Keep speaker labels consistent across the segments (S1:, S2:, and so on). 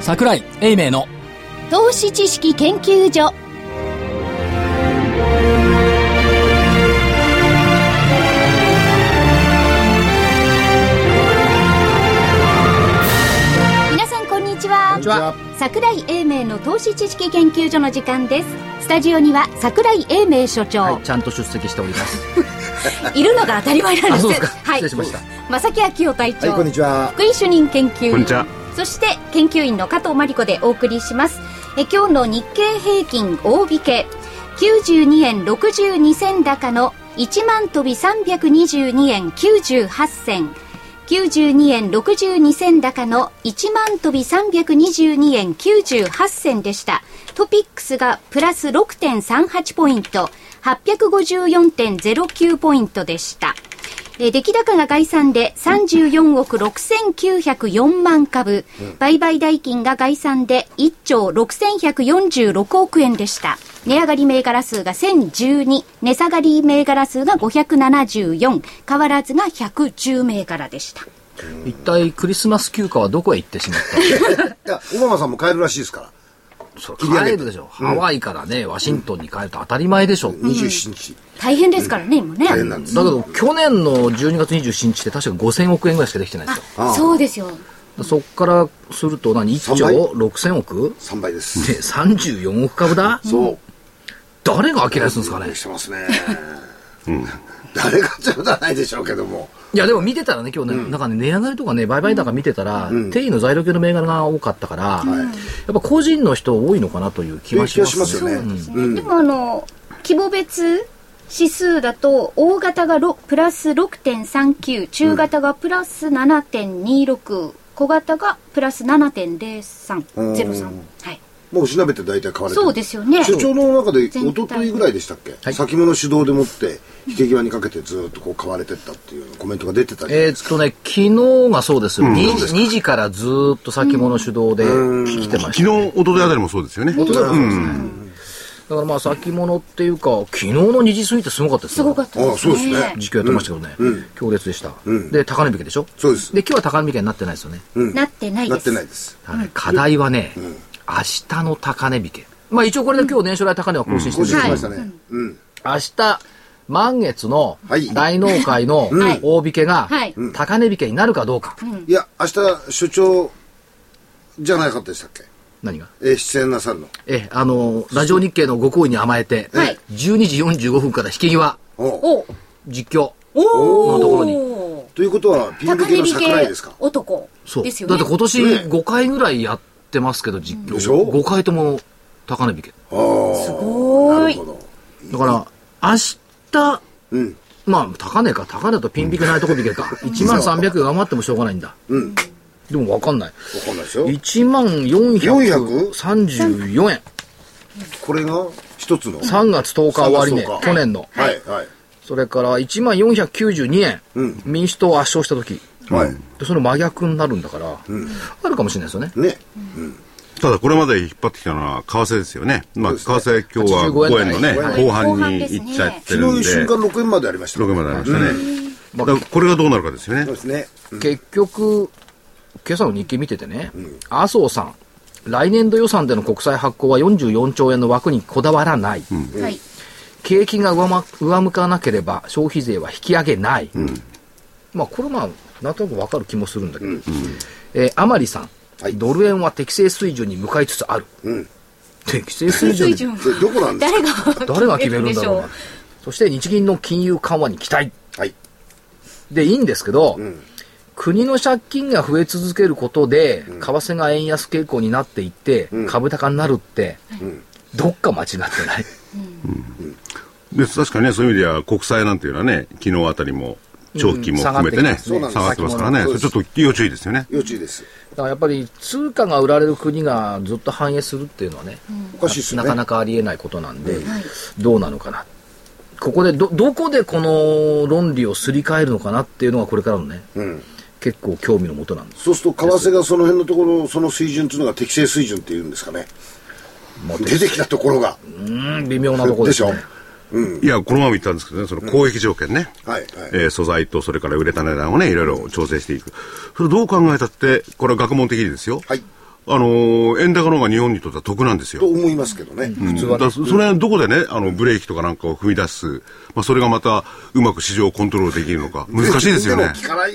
S1: 桜井英明の
S2: 投資知識研究所皆さんこんにちは桜井英明の投資知識研究所の時間ですスタジオには桜井英明所長、
S3: はい、ちゃんと出席しております
S2: い、るのが当たり前なんで
S3: あ
S2: す
S3: そうですか
S2: はい、
S3: 失礼しました
S2: 正木昭夫隊長、
S4: はい、こんにちは。
S2: 福井主任研究員
S5: こんにちは
S2: そして研究員の加藤真理子でお送りしますえ今日の日経平均大引け92円62銭高の1万飛び322円98銭92円62銭高の1万飛び322円98銭でした。トピックスがプラス6.38ポイント、854.09ポイントでした。えー出来高が概算で34億6904万株、売買代金が概算で1兆6146億円でした。値上がり銘柄数が1012、値下がり銘柄数が574、変わらずが110銘柄でした。
S3: 一体クリスマス休暇はどこへ行ってしまっ
S4: いや、オバマさんも帰るらしいですから。
S3: た そう
S4: 切り上げ
S3: 帰
S4: て
S3: るでしょ、ハワイからねワシントンに帰ると当たり前でしょ、
S4: 27日。
S2: 大変ですからね、今ね。
S4: 大変なんです。
S3: だけど去年の12月27日って確か5000億円ぐらいしかできてないんですよ
S2: あそうですよ。
S3: そっからすると何1兆6000億
S4: 3倍です。
S3: で34億株だ
S4: そう。
S3: 誰が諦めするんですかね
S4: してますね。誰がってことはないでしょうけども。
S3: いやでも見てたらね今日ね、なんかね値上がりとかね売買高見てたら、定位の材料系の銘柄が多かったから、やっぱ個人の人多いのかなという気はします
S4: 気がしますよね
S3: うん
S2: でもあの規模別指数だと大型がろプラス6.39中型がプラス7.26、小型がプラス
S4: うん
S2: 7.0303はい
S4: もう調べて大体買われてる
S2: そうですよね
S4: 所長の中で一
S2: 全体
S4: 昨日ぐらいでしたっけ、
S3: はい
S4: 先物主導でもって引け際にかけてずっとこう買われてったっていうコメントが出てたじゃない
S3: え
S4: で
S3: ー
S4: す
S3: っ
S4: か、
S3: とね昨日がそうですよ、2, 時2時からずーっと先物主導で来てました、
S5: 昨日、おとといあたりもそうですよね。
S4: 昨日
S3: だからまあ先物っていうか昨日の2時過ぎってすごかったです
S2: す
S3: よ
S2: ごかったで
S4: あ
S2: す
S4: そうですね
S2: ね
S3: 時給やってましたけどね、強烈でした、で高値引きでしょ
S4: そうです
S3: で今日は高値引きになってないですよね、
S2: なってない
S4: な
S2: で
S4: って
S2: す
S4: ないです
S3: はい課題はね、明日の高値引きまあ一応これで今日年初来高値は更新して
S4: 更
S3: るんですけど
S4: 新しましたね、うん
S3: 明日満月の
S4: はい
S3: 大納会の
S2: ん
S3: 大引けが
S2: はい
S3: 高値引けになるかどうか、
S4: いや明日所長じゃなかったでしたっけ、
S3: 何が
S4: えー出演なさるの
S3: ええあのラジオ日経のご好意に甘えて、
S2: はい
S3: 12時45分から引き際
S4: おう
S2: お
S3: 実況
S2: お
S3: のところに
S2: お
S4: ということはピン
S2: 高
S4: 抜
S2: 値
S4: けの
S2: 引
S4: 桜井
S2: け
S4: ですか
S2: 男
S3: そう
S2: ですよ
S3: だ
S2: ね
S3: って今年
S4: ね
S3: 5回ぐらいやってますけど実況、
S4: でしょ
S3: 5回とも高値引け
S4: ああ
S2: すご
S4: ないるほ
S3: だ
S4: ど
S3: から明日
S4: うん
S3: まあ高値か高値とピン引けないとこ引けか1万300円上回ってもしょうがないんだ
S4: うんわ
S3: でも分かんない
S4: かんないですよ
S3: 1万434円
S4: これが一つの
S3: 3月10日終わりね
S4: 3月10日
S3: 去年の、
S4: はいはい
S3: それから1万492円、
S4: うん
S3: 民主党圧勝した時
S4: はい、
S3: でその真逆になるんだから、あるかもしれないですよね
S4: ね
S5: ただこれまで引っ張ってきたのは為替ですよね。まあ、為替今日
S3: 85
S5: は5
S3: 円
S5: 円のね、
S3: はい
S5: 後半に行っちゃってる
S4: 昨
S5: んで、
S4: 日瞬間6円までありました
S5: 6円までありましたね。
S3: ま
S5: だ
S3: あ
S5: からこれがどうなるかですよ
S4: そ
S5: ね
S4: うで。すね
S3: 結局今朝の日記見ててね、麻生さん来年度予算での国債発行は44兆円の枠にこだわらない、
S2: はい
S3: 景気が上ま上向かなければ消費税は引き上げない、まあこれまあなんとなくわかる気もするんだけど、えー甘利さん、
S4: はい
S3: ドル円は適正水準に向かいつつある、
S4: うん
S3: 適正水準
S2: 水
S3: に
S2: 準は
S4: でどこなんです
S2: 誰が
S3: 誰が決めるんだろう
S2: 決めるでしょ
S3: なそして日銀の金融緩和に期待
S4: かはい
S3: でいいんですけど、国の借金が増え続けることで、為替が円安傾向になっていって、株高になるって、どっか間違ってない。
S5: で、確かにね、そういう意味では国債なんていうのはね、昨日あたりも、長期も含めて
S3: うん
S5: ね、
S3: 下
S5: 下
S4: がってきますね
S5: がってますからね。
S4: そ
S5: そう
S4: で
S5: れ
S4: す
S5: ちょっと要注意ですよね。
S4: 要注意です
S3: だからやっぱり通貨が売られる国がずっと反映するっていうのはね、
S4: おかしいですよ
S3: な
S4: ね
S3: かなかありえないことなんで、どうなのかな。ここでど、どこでこの論理をすり替えるのかなっていうのがこれからのね、
S4: うん
S3: 結構興味のもとなんです。
S4: そうすると為替がその辺のところその水準っていうのが適正水準っていうんですかね
S3: もう
S4: 出てきたところが
S3: うん、微妙なところ
S4: で
S3: で
S4: し
S3: す
S4: ょ
S3: ね。
S5: いや、このまま言ったんですけどね、その交易条件ね、
S4: はいはい
S5: えー素材とそれから売れた値段をね、いろいろ調整していく。それどう考えたって、これは学問的にですよ。
S4: はい
S5: あのー円高の方が日本にとっては得なんですよ
S4: と。思いますけどね。
S5: うんだからそそれはどこでね、あの、ブレーキとかなんかを踏み出す、まあ、それがまた、うまく市場をコントロールできるのか、難しいですよね
S4: も。効かない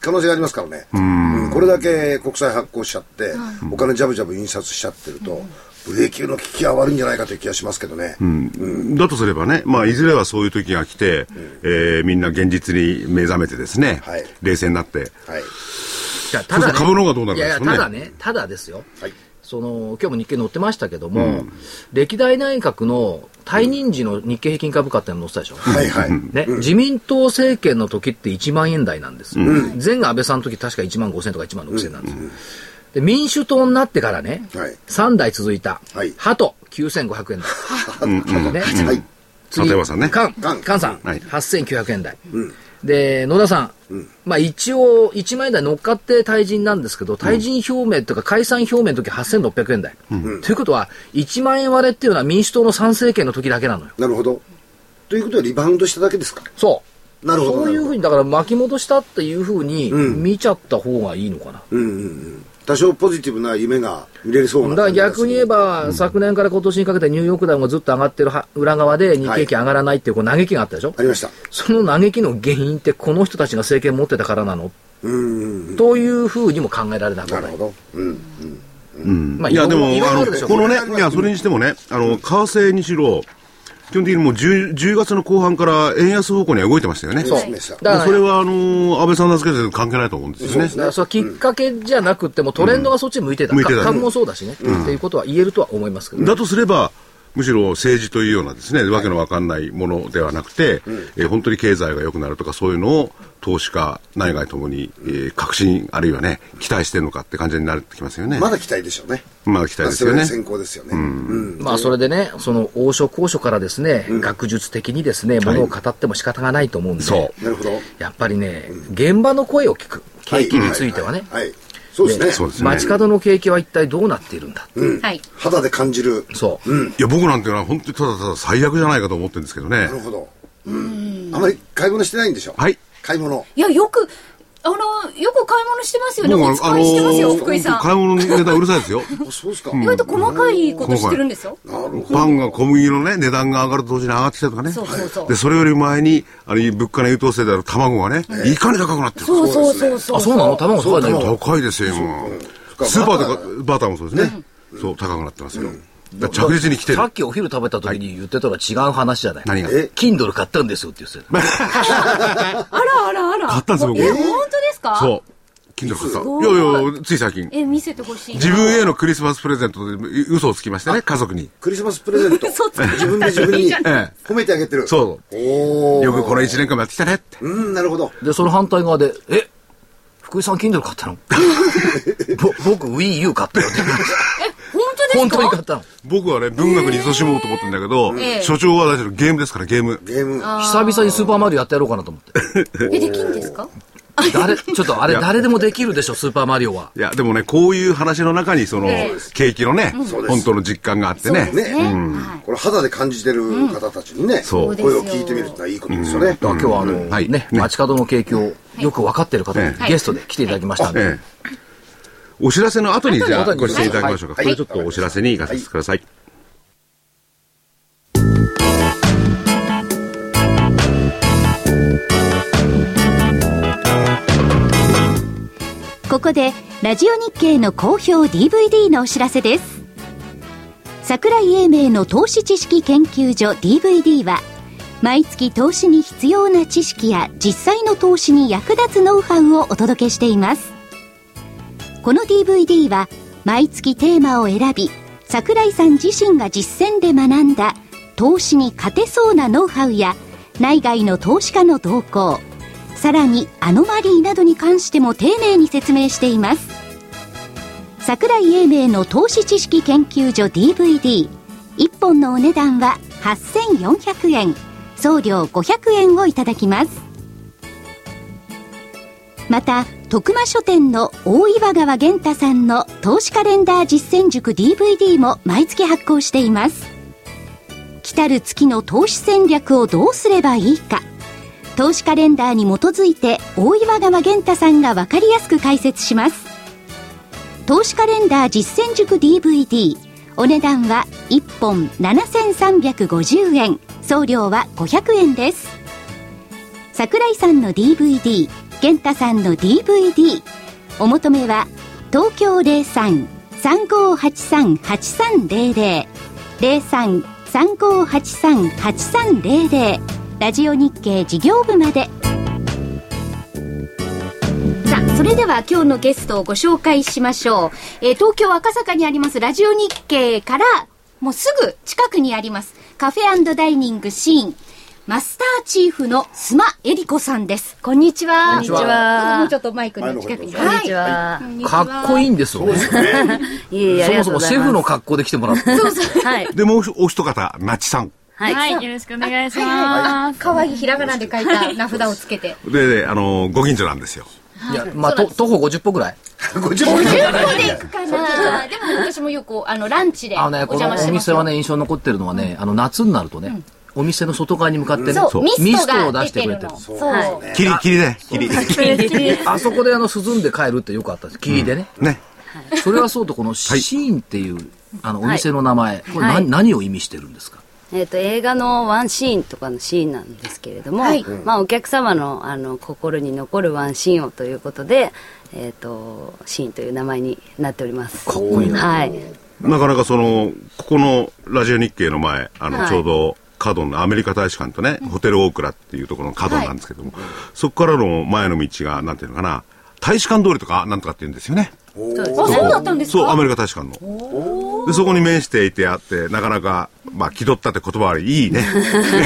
S4: 可能性がありますからね。うんこれだけ国債発行しちゃって、お金ジャブジャブ印刷しちゃってると、ブレーキの効きは悪いんじゃないかという気がしますけどね。
S5: だとすればね、まあ、いずれはそういう時が来て、えーみんな現実に目覚めてですね、
S4: はい
S5: 冷静になって、
S4: はい。
S3: じゃあただ、
S5: そうそう株の方がどうなるか
S3: いやいや、
S5: ですよね
S3: ただね、ただですよ。
S4: はい。
S3: その、今日も日経載ってましたけども、歴代内閣の退任時の日経平均株価っての載ってたでしょ。
S4: はいはい。
S3: ね、自民党政権の時って1万円台なんですよ。前が安倍さんの時確か1万5千とか1万6千なんですよ。で、民主党になってからね、
S4: はい
S3: 3代続いた、
S4: はい
S3: 鳩9500円台。ね
S4: はい。
S3: 次
S5: 立山さんね
S3: 菅
S4: 菅
S3: 菅さん、
S5: はい
S3: 8900円台。で、野田さん、まあ一応、1万円台乗っかって退陣なんですけど、退陣表明とか解散表明の時8600円台。ということは、1万円割れっていうのは民主党の参政権の時だけなのよ。
S4: なるほど。ということはリバウンドしただけですか。
S3: そう。
S4: なるほど
S3: そうい
S4: なる
S3: う
S4: ほ
S3: ふうに、だから巻き戻したっていうふうに見ちゃった方がいいのかな。
S4: うんうんうん。多少ポジティブな夢が見れそうな
S3: だから
S4: 感じがす
S3: 逆
S4: る。
S3: に言えば、昨年から今年にかけてニューヨークダウンがずっと上がってるは裏側で日経平均上がらないっていうこう嘆きがあったでしょ、
S4: ありました。
S3: その嘆きの原因ってこの人たちが政権持ってたからなの
S4: うんうんうん。
S3: というふうにも考えられなく
S4: な
S3: は
S4: る
S3: ない
S4: ほ。ど。うん。
S3: まあ、
S5: いや、でも、
S3: いろいろあ
S5: あ
S3: るでしょ
S5: の、この
S4: いろいろありま
S5: ね、い
S4: す
S5: や、それにしてもね、あの、為替にしろ、基本的にもう 10, 10月の後半から円安方向には動いてましたよね。
S4: そう
S5: も
S4: ですねさ
S3: だから
S5: それは、あのー安倍さん名付けて関係ないと思うんですよね。
S3: だからそれはきっかけじゃなくてもトレンドがそっちに向いてた、
S5: 向いてた
S3: 株もそうだしね、っていうことは言えるとは思いますけど、
S5: だとすれば、むしろ政治というようなですね、わけのわかんないものではなくて、えー本当に経済が良くなるとか、そういうのを投資家、内外ともに、えー確信、あるいはね、期待してるのかって感じになってきますよね。
S4: まだ期待でしょうね。
S5: まだ期待ですよ
S4: ま
S5: ね
S4: あそれが先行ですよね。うん。
S3: まあそれでね、その王将高所からですね、学術的にですね、ものを語っても仕方がないと思うんで、
S5: そう
S4: なるほど。
S3: やっぱりね、現場の声を聞く、景気についてはね、
S4: はい。はいそうですね。
S5: そうですね
S3: 街角の景気は一体どうなっているんだ、
S6: はい。
S4: 肌で感じる。
S3: そう、
S5: いや、僕なんていうのは本当にただただ最悪じゃないかと思ってるんですけどね
S4: なる。ほど。うん。あまり買い物してないんでしょ
S5: はい。
S4: 買い物。
S6: いや、よく、あの、よく買い物してますよね。
S5: 僕は
S6: お使いしてますよ、
S5: ー
S6: 福井さん。
S5: 買い物のネタうるさいです よ。
S4: あ、そうですか。
S6: 意外と細かいことしてるんですよ。
S4: なるほ
S5: パンが小麦のね、値段が上がると同時に上がってきたとかね。
S6: そうそうそう
S5: で、それより前に、あの、物価の優等生である卵がね、いかに高くなってるか。
S6: そうそうそうそう。
S3: あそうなの、卵そうだよ、
S5: 高いですよ、今。スーパーとか、バターもそうですね。そう、高くなってますよ。だから着実に来てる
S3: さ。っきお昼食べた時に言ってたら違う話じゃない、
S5: 何が
S4: え
S3: Kindle 買ったんですよって言ってたよ
S6: あらあらあら。
S5: 買ったんです僕
S6: え、本当ですか
S5: そう。金属さ
S6: ご
S5: ん。
S6: い
S5: いやいや、つい最近。
S6: え、見せてほしいな。
S5: 自分へのクリスマスプレゼントで嘘をつきましてね、家族に。
S4: クリスマスプレゼント。
S6: 嘘つき
S4: 自分で自分
S6: いい
S4: に
S6: じゃん
S5: ええ
S4: 褒めてあげてる。
S5: そ
S4: お
S5: う。
S4: ー
S5: よくこの1年間もやってきたねって。
S4: うん、なるほど。
S3: で、その反対側で、え福井さん Kindle 買ったの ぼ僕 Wii U 買ったよって言われて本
S6: 本
S3: 当に
S6: 当
S3: 買
S6: で
S3: っ
S6: すか
S3: たの。
S5: 僕はね、文学に勤しもうと思ってんだけど
S6: ええ、
S5: 所長は私のゲームですから、ゲーム。
S4: ゲーム。
S3: 久々にスーパーマリオやってやろうかなと思って。
S6: え、できんですか
S3: 誰、 ちょっとあれ誰でもできるでしょ、スーパーマリオは。
S5: いや、でもね、こういう話の中に、その
S6: ええ、
S5: 景気のね、
S4: す
S5: 本当の実感があってね。
S4: ね
S6: ね。はい。
S4: これ肌で感じてる方たちにね、
S5: そう
S4: 声を聞いてみるってのはいいことですよね。
S3: だから今日はあの、
S5: はい
S3: ね、
S5: ね
S3: 街角の景気をよく分かってる方に
S5: え
S6: え
S3: ゲストで来ていただきましたんで。
S5: ええ。お知らせの後に、じゃ
S3: 後
S5: あ、
S3: に
S5: ご出演いただきましょう
S4: は
S5: か。
S4: い
S5: これちょっとお知らせに行かせてください。
S6: ここでラジオ日経の好評 DVD のお知らせです桜井英明の投資知識研究所 DVD は毎月投資に必要な知識や実際の投資に役立つノウハウをお届けしていますこの DVD は毎月テーマを選び桜井さん自身が実践で学んだ投資に勝てそうなノウハウや内外の投資家の動向さらにアノマリーなどに関しても丁寧に説明しています桜井英明の投資知識研究所 DVD1 本のお値段は8400円送料500円をいただきますまた徳間書店の大岩川源太さんの投資カレンダー実践塾 DVD も毎月発行しています来たる月の投資戦略をどうすればいいか投資カレンダーに基づいて大岩川源太さんが分かりやすく解説します投資カレンダー実践塾 DVD お値段は1本7350円送料は500円です桜井さんの DVD 健太さんの DVD お求めは東京03-3583-8300 03-3583-8300ラジオ日経事業部までさあそれでは今日のゲストをご紹介しましょう、えー東京赤坂にありますラジオ日経からもうすぐ近くにありますカフェダイニングシーンマスターチーフの須磨恵理子さんですこんにちは
S3: こんにちはこんにち
S6: どうぞもうちょっとマイクの近くに
S4: 前
S6: は
S4: の方へ
S6: いこんにちは
S7: は。
S3: かっこいいんですよね。
S7: いえいえ、あ
S3: そ
S7: り
S3: も
S7: が
S3: そ
S7: とうご
S3: も
S7: ざ
S3: シ
S7: い
S3: ェ
S7: ます。
S3: フの格好で来てもらって。
S7: そうそう。はい。
S5: で、もうお一方、ナチさん。
S7: はい。
S8: はい、よろしくお願いします。
S6: 可愛いひらがなで書いた名札をつけ て
S5: で、であの、ご近所なんですよ。
S3: いや、まあ、と徒歩50歩ぐらい。
S4: 50本じゃない
S6: で行くかなでも私もよくあのランチでお
S3: あのね、こ
S6: 邪
S3: の
S6: 魔し
S3: お
S6: てます
S3: 店
S6: よ
S3: はね、印象に残ってるのはね、あの、夏になるとね、お店の外側に向かってね、
S6: そうミ
S3: ミ
S6: ス
S3: スト
S6: ト
S3: を
S6: が
S3: 出
S6: 出
S3: して
S6: て
S3: くれ
S6: る
S3: てる
S6: の。
S4: そう
S6: そう
S5: 霧、霧で、霧。
S3: あそこであの、涼んで帰るってよくあったんです。霧でね。
S5: ね。
S3: それはそうと、このシーンっていう、あの、お店の名前、これ何、何を意味してるんですか
S7: えっと、映画のワンシーンとかのシーンなんですけれども、
S6: はい
S7: まあ、お客様のあの心に残るワンシーンをということで、えっと、シーンという名前になっております。
S3: かっこいいな
S7: はい。
S5: なかなかその、ここのラジオ日経の前、あの、
S7: はい
S5: ちょうど、角のアメリカ大使館とね、ホテルオークラっていうところの角なんですけども、そこからの前の道が、なんていうのかな、大使館通りとか、なんとかって言うんですよね。
S6: あそうだったんですか
S5: そう、アメリカ大使館の。で、そこに面していてあって、なかなか、まあ、気取ったって言葉あり、いい ね。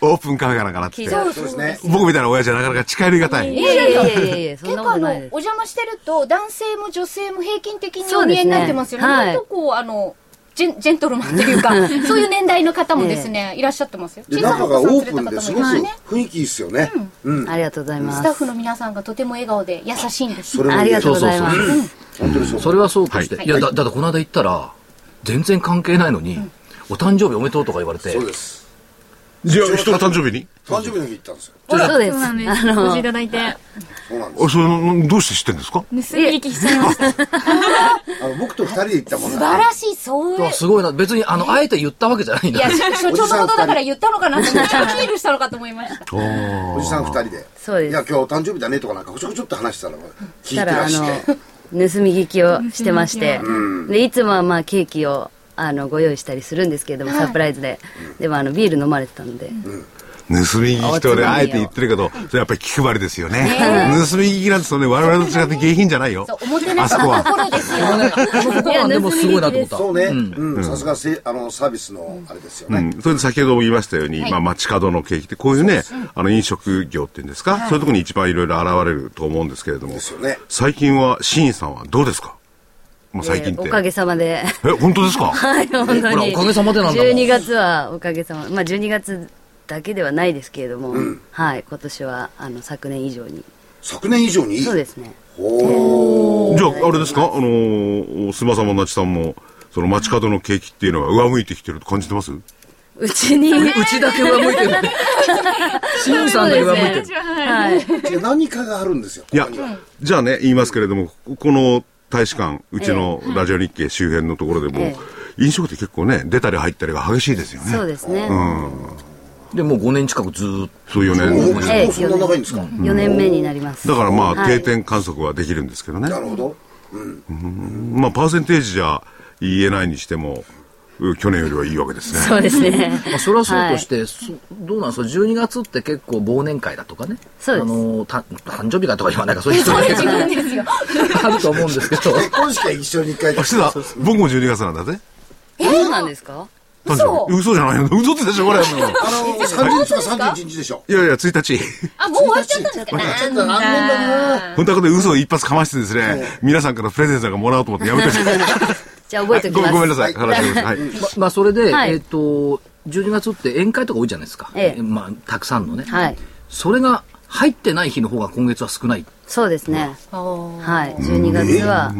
S5: オープンカフェかなんかなって
S7: 気。取っ
S4: そうですね
S5: 僕みたいな親父はなかなか近寄りがたい。
S7: いやいやいやいやいや、そん
S6: 結
S7: なこ
S6: 構あのお
S7: とないです。
S6: 邪魔してると男性も女性も平均的に
S7: そ
S6: お
S7: う
S6: 見
S7: ですね
S6: えになってますよね
S7: はい
S6: 割とこうあのジェンジェントルマンというか そういう年代の方もですねいらっしゃってますよ
S4: で
S6: 小さい
S4: 中
S6: お
S4: が
S6: 子
S4: オ
S6: さ
S4: ー
S6: ん連れ
S4: プ
S6: た
S4: ンです
S6: 方
S4: ごく
S6: もいますね
S4: 雰囲気いいっすよねうん
S7: ありがとうございます。
S6: スタッフの皆さんがとても笑顔で優しいんです
S4: それも
S7: ありがとうございます。
S4: 本当にそう
S3: それはそうとして、、
S5: はい
S3: やだだってこの間行ったら全然関係ないのに、お誕生日おめでとうとか言われて
S4: そうです
S5: いや、人の誕生日に
S4: 誕生日の日行ったんですよ
S7: そうです。
S8: そう
S7: あ
S8: なんです。お
S7: の
S8: 越しい、ただいて、
S4: そうなんです
S5: あそれ、どうして知ってんですか
S8: 盗み聞きしちゃいました。
S4: あの僕と二人で行ったもん
S6: 素晴らしいそういう
S3: あすごいな別にあのあえて言ったわけじゃないん
S6: いや
S3: だ
S6: し所長のことだから言ったのかなと思ってアピールしたのかと思いました
S4: おじさん二人で
S7: そうです
S4: いや今日誕生日だねとかなんかこちょこちょっと話してたら聞いて
S7: たら
S4: ら
S7: あ
S4: っし
S7: の
S4: ゃって
S7: 盗み聞きをしてまして
S8: 盗
S7: でいつもはまあケーキをあのご用意したりするんですけれどもサプライズででもあのビール飲まれてたんで
S5: 盗み聞きと俺あえて言ってるけど、それやっぱり気配りですよね。盗み聞きなんてそれね、我々と違って下品じゃないよ
S6: そう。おもてな
S5: あ
S6: し
S5: そこ
S6: のと
S5: は。
S6: ころですよ
S3: そこはでもすごいなと思った
S4: そうねうんさすがせあのサービスのあれですよ
S5: う
S4: ね
S5: ん、それで先ほども言いましたように、まあ、街角の景気ってこういうねあの飲食業っていうんですか、そういうところに一番いろいろ現れると思うんですけれども、
S4: ですよね
S5: 最近はシーンさんはどうですかもう最近っ
S7: で
S5: て、
S7: おかげさまで
S5: え本当ですか
S7: はい本当に
S3: ほらおかげさまでなんだもん
S7: 12月はおかげさままあ12月だけではないですけれどもはい今年はあの昨年以上に
S4: 昨年以上にいい
S7: そうですね
S5: じゃああれですかあのー、須磨さんもなちさんもその街角の景気っていうのは上向いてきてると感じてます
S7: うちに
S3: うちだけ上向いてるシンさんだけ上向いてる
S8: 私ははい
S7: はい
S4: いや何かがあるんですよ
S5: いや
S4: 他には、
S5: じゃあね、言いますけれども、ここの大使館、うちのラジオ日経周辺のところでも、
S7: え
S5: 飲食って結構ね、出たり入ったりが激しいですよね。
S7: そうですね
S3: でもう5年近くずーっ
S5: そういう
S4: お
S5: ね。
S7: ええ
S4: もうそんな長いんですか
S7: 4年目になります
S5: だからまあ、
S7: はい
S5: 定点観測はできるんですけどね。
S4: なるほど
S5: まあ、パーセンテージじゃ言えないにしても、う去年よりはいいわけですね。
S7: そうですね
S3: と、まあ、それはそうとして、そどうなんですか12月って結構忘年会だとかね
S7: そうです
S3: あのた誕生日がとか言わないかそういう人が結
S6: 違うんですよ
S3: 構 あると思うんですけど
S4: 結婚式は一緒に一回
S5: あ、してた僕も12月なんだぜ。
S7: そうなんですか
S5: 誕生日嘘じゃないよ。嘘ってでしょ、これ。
S4: あの30日か31日でしょ
S5: いやいや、1日。
S6: あもう終わっちゃったんですか
S4: ちょっと残念だな
S5: 本当はこれ嘘を一発かましてですね、皆さんからプレゼントなんかもらおうと思ってやめて ください
S7: じゃあ覚えておき
S5: ご
S7: ます
S5: ごめんなさい。話してください。はい
S3: まあそれで、
S7: はい
S3: えっ、と12月って宴会とか多いじゃないですか、
S7: ええ
S3: まあ、たくさんのね、
S7: はい
S3: それが入ってない日の方が今月は少ない
S7: そうですね。はい。12月は、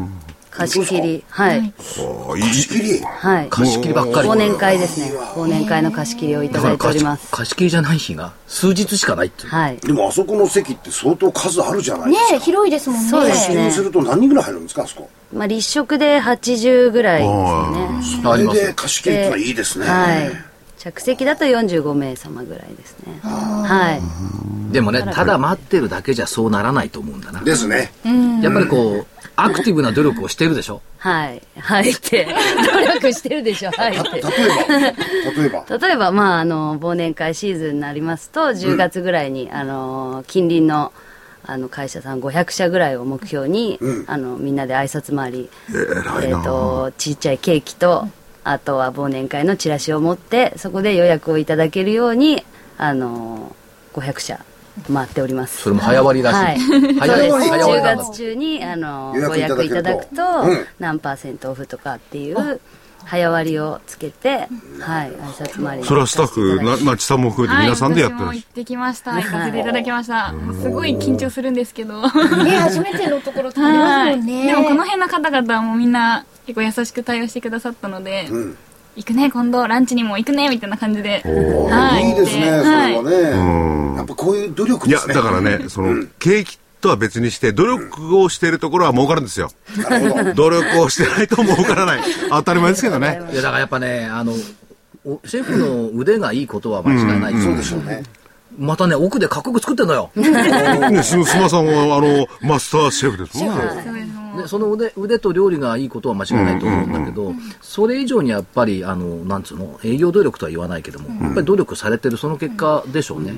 S7: 貸し切りはい
S5: おーいい
S4: 貸し切り
S7: はい
S3: 貸し切りばっかり
S7: 忘年会ですね忘年会の貸し切りをいた
S3: だ
S7: だ
S3: から
S7: いて
S3: 貸
S7: おり
S3: し
S7: ます
S3: 貸し切りじゃない日が数日しかないっていう
S7: はい
S4: でもあそこの席って相当数あるじゃない
S6: ね
S4: です
S6: え広いですもんね
S7: そうで
S4: か。
S7: す
S4: 一
S7: ね
S4: にすると何人ぐらい入るんですかあそこ。
S7: まあ立食で80ぐらいですね
S4: あれ
S3: ます
S4: で貸し切りってのはいいですね。
S7: はい着席だと45名様ぐらいですねはい
S3: でもねただ待ってるだけじゃそうならないと思うんだな
S4: ですね。
S3: やっぱりこうアクティブな努力をしてるでしょ
S7: はいはいって努力してるでしょはいったて
S4: 例えば、例えば。
S7: 例えば、まあ、あの忘年会シーズンになりますと10月ぐらいに、あの近隣のあの会社さん500社ぐらいを目標に、あのみんなで挨拶回り、え
S5: 偉いな
S7: ーとちっちゃいケーキとあとは忘年会のチラシを持ってそこで予約をいただけるようにあの500社回っております。
S3: それも早割りらしい、
S7: はい、そうです
S3: 早割り早割り
S7: 10
S3: なんだ
S7: 月中にあの
S4: 予
S7: ご予
S4: 約
S7: 約
S4: い
S7: い
S4: た
S7: た
S4: だ
S7: だ
S4: ける
S7: く
S4: と
S7: と、
S4: うん
S7: 何パーセントオフとかっていう早割りをつけて、はい、挨拶回り
S5: それはスタッフ、な、なちさんも含めて皆さんでやってらっ
S8: は
S5: し
S8: い、私も行ってきました。行かせていただきました。すごい緊張するんですけど。は
S2: ね初めてのところとかありますもんね
S8: い。でもこの辺の方々もみんな結構優しく対応してくださったので、行くね、今度ランチにも行くね、みたいな感じで。はい
S4: いいですね、それ
S8: はい
S4: はね。やっぱこういう努力
S5: ゃる。い
S4: で
S5: や、
S4: すね。
S5: だからね、その、景気とは別にして、努力をしているところは儲かるんですよ。
S4: なるほど。
S5: 努力をしてないと儲からない。当たり前ですけどね。
S3: いやだからやっぱねあのおシェフの腕がいいことは間違いない、
S4: そうでしょうね。
S3: またね奥でかっこよく作ってんのよ
S5: ね、す、すまさんは、あの、マスターシェフですもんね。
S8: そうですもう
S3: でその腕腕と料理がいいことは間違いないと思うんだけど、それ以上にやっぱりあのなんつうの営業努力とは言わないけども、やっぱり努力されてるその結果でしょうね、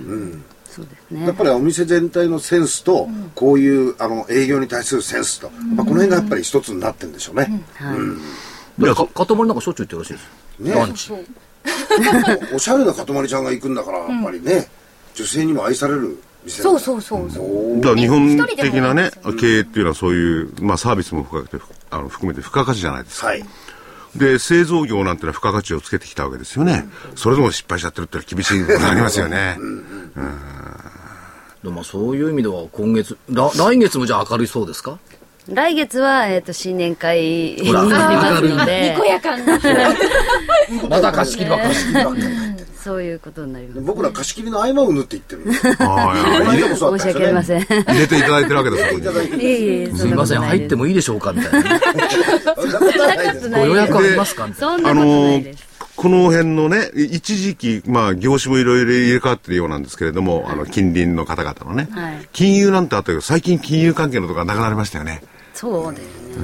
S7: そうです
S4: や
S7: ね
S4: っぱりお店全体のセンスと、こういうあの営業に対するセンスと、まあ、この辺がやっぱり一つになってるんでしょうね。
S3: いやかかともりなんかしょっちゅう言ってるらしいです
S4: ね
S3: よランチ
S4: お しゃれなかとまりちゃんが行くんだから、やっぱりね、女性にも愛される店
S2: そう
S4: う。
S2: そうそうそう
S5: だから日本的なね、経営っていうのはそういう、まあサービスも含めて、あの含めて付加価値じゃないですか。
S4: はい。
S5: で、製造業なんてのは付加価値をつけてきたわけですよね。それでも失敗しちゃってるってのは厳しいことになりますよ ね。
S3: でもそういう意味では今月ら来月もじゃあ明るいそうですか
S7: 来月は、えー、と新年会に
S3: ほら
S7: なりますので
S2: にこやかな
S3: まだ貸し切りばっかり
S4: 貸し切り ばっかり
S7: そういうことになります
S4: 僕ら貸し切りの合間を縫っていってるんですよ。こ
S5: ああ、いや
S4: の間もそうだ
S7: 申
S4: った
S7: し訳ありませんい
S5: 入れていただいてるわけです、そこに。
S4: んですよね。
S7: えいえ
S3: す
S7: そ
S3: い
S7: んな
S3: ま
S7: こ
S3: せ
S7: と
S3: ん
S7: ない
S3: 入っ
S7: です
S3: てもいいでしょうかみたいな
S4: そんなことはないです
S7: そんなことない
S3: ご予約あ
S5: で
S3: りますかみたい
S7: そんな
S5: あ
S7: ことな
S5: の
S7: いです、
S5: この辺のね、一時期、まあ、業種もいろいろ入れ替わってるようなんですけれども、あの、近隣の方々のね、
S7: はい
S5: 金融なんてあったけど、最近金融関係のとかなくなりましたよね。
S7: そうですね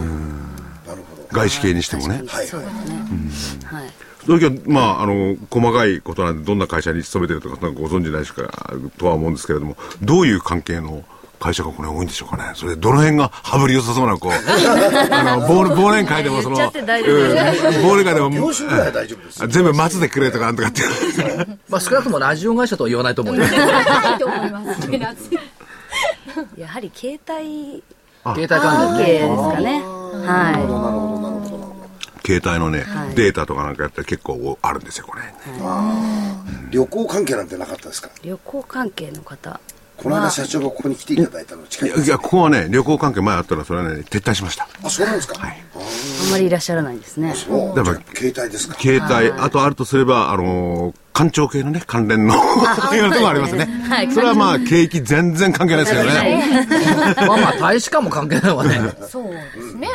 S4: なるほど。
S5: 外資系にしてもね。
S4: はい
S7: そうですね、はい
S5: だけど、まあ、あの、細かいことなんで、どんな会社に勤めてるとか、なんかご存知ないしか、とは思うんですけれども、どういう関係の会社がこれ多いんでしょうかね。それで、どの辺が羽振り良さそうな、 こう、あの、忘忘年会でもその、
S7: 言っちゃって大丈夫
S5: うん忘年会でも
S4: 業、種ぐらいは大丈夫ですよ。
S5: 全部松でくれとかなんとかって。
S3: まあ少なくともラジオ会社とは言わないと思うよ
S2: ないと思いますね夏
S7: やはり携帯
S3: 携帯関
S7: 系
S3: 連
S7: で
S3: ね
S7: すかねはい
S4: なるほど、なるほど、なるほど。
S5: 携帯のね、データとかなんかやったら結構あるんですよ、これ。
S4: 旅行関係なんてなかったですか
S7: 旅行関係の方
S4: この間社長がここに来ていただいたの近いで
S5: い
S4: す。
S5: や、ここはね、旅行関係前あったら、それはね、撤退しました。
S4: あ、そうなんですか
S7: あんまりいらっしゃらないですね
S4: そう。
S5: だ
S4: だ
S5: か
S4: からら、携帯ですか
S5: 携帯、あとあるとすれば、あのー官庁系のね、関連の、 っていうのもありますね。それはまあ、景気全然関係ないですけどね。
S3: まあまあ大使館も関係ないわね
S2: そうですね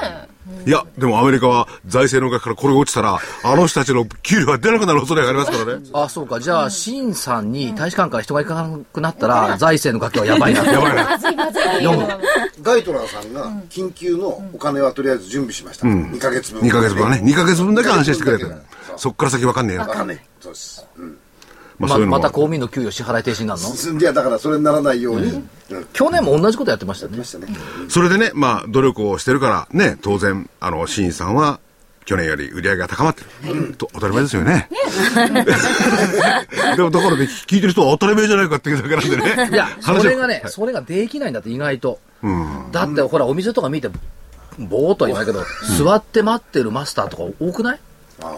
S5: いや、でもアメリカは財政の額からこれが落ちたら、あの人たちの給料が出なくなる恐 れがありますからね。
S3: あそうかじゃあシンさんに大使館から人が行かなくなったら財政の額はやばいな やばいな
S2: まずいまずいっていうのが
S4: ガイトラーさんが緊急のお金はとりあえず準備しました。2ヶ月分。
S5: 2ヶ月分はね、2ヶ月分だけ安心してくれて
S4: 二ヶ月分だけだ。
S5: そっから先わかんねえよ
S4: わ。かんない。そうです。うん。
S3: ま
S5: まあ、そういうの
S3: また公
S5: も。
S3: 務員の給与支払い停止になるの
S4: いや、だからそれにならないように、うん。や
S3: 去年も同じことやってましたよ
S4: り
S3: ね
S4: ましたね。
S5: それでね、まあ、努力をしてるから、ね、当然、あの、シンさんは、去年より売り上げが高まってる。と、当たり前ですよね。 でも、だからね、聞いてる人は当たり前じゃないかっていうだけなんでね。
S3: いやそ
S5: 話を
S3: れがねそれができないんだって意外とだってほらお店とか見てぼーっとは言わないけど座って待ってるマスターとか多くない
S5: あ、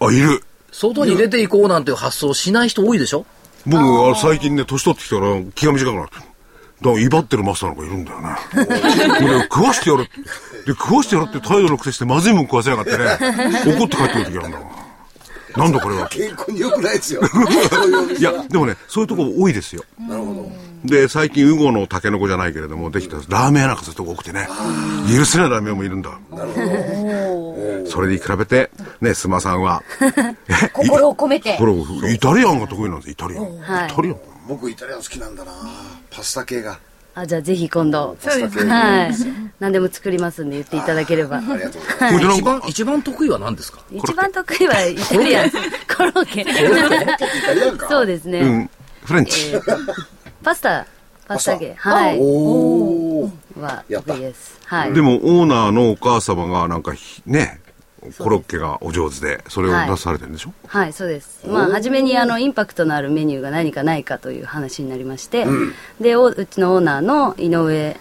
S5: あ、いる。
S3: 外に出ていこうなんていう発想しない人多いでしょ
S5: 僕、あの最近ね、年取ってきたから、気が短くなってる。から威張ってるマスターなんかいるんだよね。俺、食わしてやるって。で、食わしてやるって態度のくせしてまずいもん食わせやがってね。 怒って帰ってくる時あるんだもん。なんだこれは。
S4: 健康に良くないですよ。そういうお
S5: い
S4: 店
S5: や、でもね、そういうとこ多いですよ。
S4: なるほど。
S5: で、最近、ウゴのタケノコじゃないけれども、できたラーメン屋なんかそういうとこ多くてね、許せないラーメン屋もいるんだ。それに比べて、ね、スマさんは、
S2: 心を込めて
S5: こ。れ、イタリアンが得意なんです、イタリアン。イ
S7: はい
S5: タリアン。
S4: 僕イタリアン好きなんだなパスタ系が。
S7: あじゃあぜひ今度
S8: そうですね。
S7: はい何でも作りますんで言っていただければ
S4: ありがとうございます。
S5: これでなん
S3: 一番
S5: か、、
S3: 一番得意は何です か
S7: 一番得意はイタリアンコロッケ
S4: イタリアンか。
S7: そうですね、
S5: うん、フレンチ。
S7: パスタパスタ系
S4: パ
S7: はい
S4: おお。
S7: は
S4: やった
S7: 得意ですはい
S5: でも、オーナーのお母様が、なんかひ、ね、コロッケがお上手で、それを出されてるんでしょ、
S7: はいそうですまあ初めにあのインパクトのあるメニューが何かないかという話になりまして、でおうちのオーナーの井上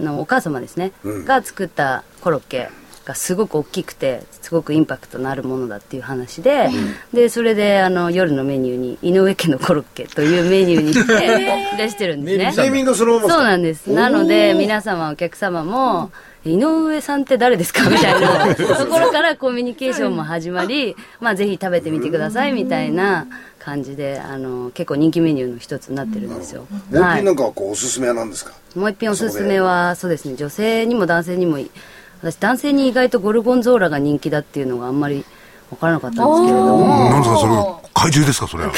S7: のお母様ですね、が作ったコロッケがすごく大きくてすごくインパクトのあるものだっていう話で、でそれであの夜のメニューに井上家のコロッケというメニューに して出してるんですね
S4: ネーミングそのま
S7: そう
S4: ま。
S7: なんです。なので、皆様、お客様も、井上さんって誰ですかみたい なところからコミュニケーションも始まり、まあ、ぜひ食べてみてくださいみたいな感じで、あの、結構人気メニューの一つになってるんですよ。
S4: もう一
S7: は。
S4: 品ないんかはこうおすすめは何ですか
S7: もう一品おすすめは、そうですね、女性にも男性にもい、私、男性に意外とゴルゴンゾーラが人気だっていうのがあんまり分からなかったんですけれども、
S5: なんですか、それ、怪獣ですか、それは。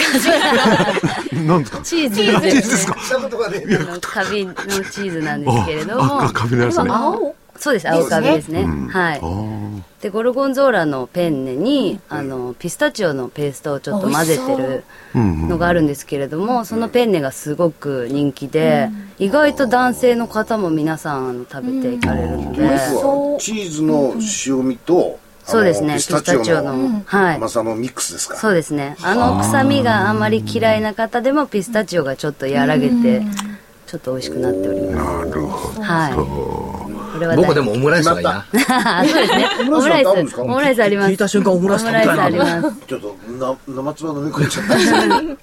S5: なんですか
S7: チーズですね
S5: ですか
S4: したことがね
S7: あのカビのチーズなんです
S5: あ
S7: けれども
S5: あ、、カビのやつね。あ
S2: 青
S7: そうです、青カビですね。はい。
S5: ー
S7: でゴルゴンゾーラのペンネに、あのピスタチオのペーストをちょっと混ぜてるのがあるんですけれども、そのペンネがすごく人気で、意外と男性の方も皆さんあの食べていかれるので、
S4: はチーズの塩味と、あの
S7: そうですね
S4: ピ
S7: ピ
S4: スタ
S7: ス
S4: チ
S7: タチ
S4: オ
S7: オ
S4: の
S7: の、はい
S4: 甘さのミックスですか。
S7: そうですねあの臭みがあまり嫌いな方でもピスタチオがちょっと和らげて、ちょっと美味しくなっており
S5: な
S7: ま
S5: るほど
S7: す。はいこれは大
S3: 僕でもオムライスがいいな。
S7: あそうですね
S4: オム
S7: オム
S4: ラ
S7: ラ
S4: イ
S7: イ
S4: ス
S7: ス
S4: はあるんですか
S7: オムライスあります
S3: 聞いた瞬間オムライス
S7: オ
S3: 食
S7: ム
S3: べた
S7: ライス
S3: いな
S7: あります
S4: ちょっとな生唾飲み込んじゃ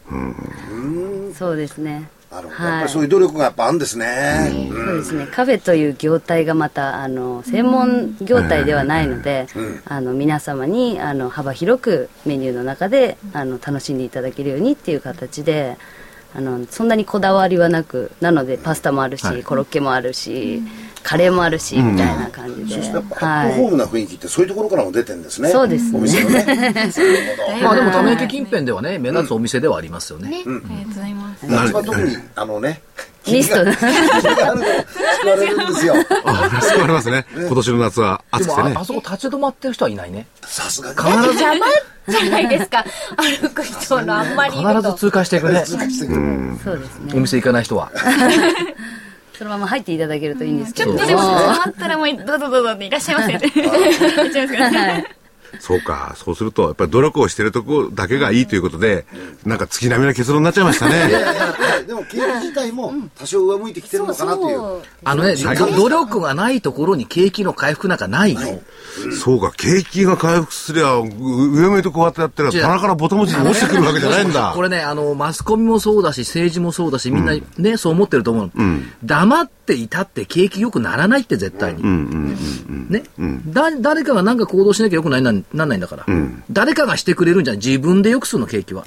S4: った。
S7: そうですね
S4: なるほど。やっぱりそういう努力がやっぱあるんですね。うん
S7: そうですね、カフェという業態がまたあの専門業態ではないので、あの皆様にあの幅広くメニューの中であの楽しんでいただけるようにっていう形であのそんなにこだわりはなくなのでパスタもあるし、コロッケもあるし、カレーもあるし、みたいな感じで、
S4: やっぱアットホー
S7: は
S4: ムな雰囲気ってそういうところからも出てんですね。
S7: そうですね
S4: お店のね。 なる
S3: まあでも、ため池近辺ではね、目立つお店ではありますよね。
S8: ありがとうございます。
S4: ほど。夏場特にあのね、
S7: い、ミスト
S4: 気があると救われるんです よ。
S5: あ、救われま すね。今年の夏は
S3: で
S5: 暑く
S3: も
S5: てね
S3: あ、。あそこ立ち止まってる人はいないね。
S4: さすがに。
S3: 必ず、
S2: 邪魔じゃないですか。歩く人のあんまりいる
S3: 必ず
S2: と。
S3: 通過していくね。
S4: 通過してくる。
S7: そうですね
S3: お店行かない人は。
S7: そのまま入っていただけるといいんですけ
S8: ち
S7: ど
S8: ょっとでも、困ったらもう、どうぞどうぞっていらっしゃい ますよね。いらっしゃいますからね。
S5: そうか。そうすると、やっぱり努力をしてるとこだけがいいということで、なんか月並みな結論になっちゃいましたね。
S4: でも経営自体も多少上向いてきてるのかなっていう。
S3: あのね、ど努力がないところに景気の回復なんかないよ。
S5: そうか。景気が回復すりゃ、う上向いてこうやってやってら、棚からボタン持ちに落ちてくるわけじゃない んだ
S3: こ。れね、あの、マスコミもそうだし、政治もそうだし、みんなね、そう思ってると思う、黙っていたって景気良くならないって絶対に。ね、だ誰かが何か行動しなきゃ良くないなんなんないんだから、誰かがしてくれるんじゃない自分で良くするの、景気は。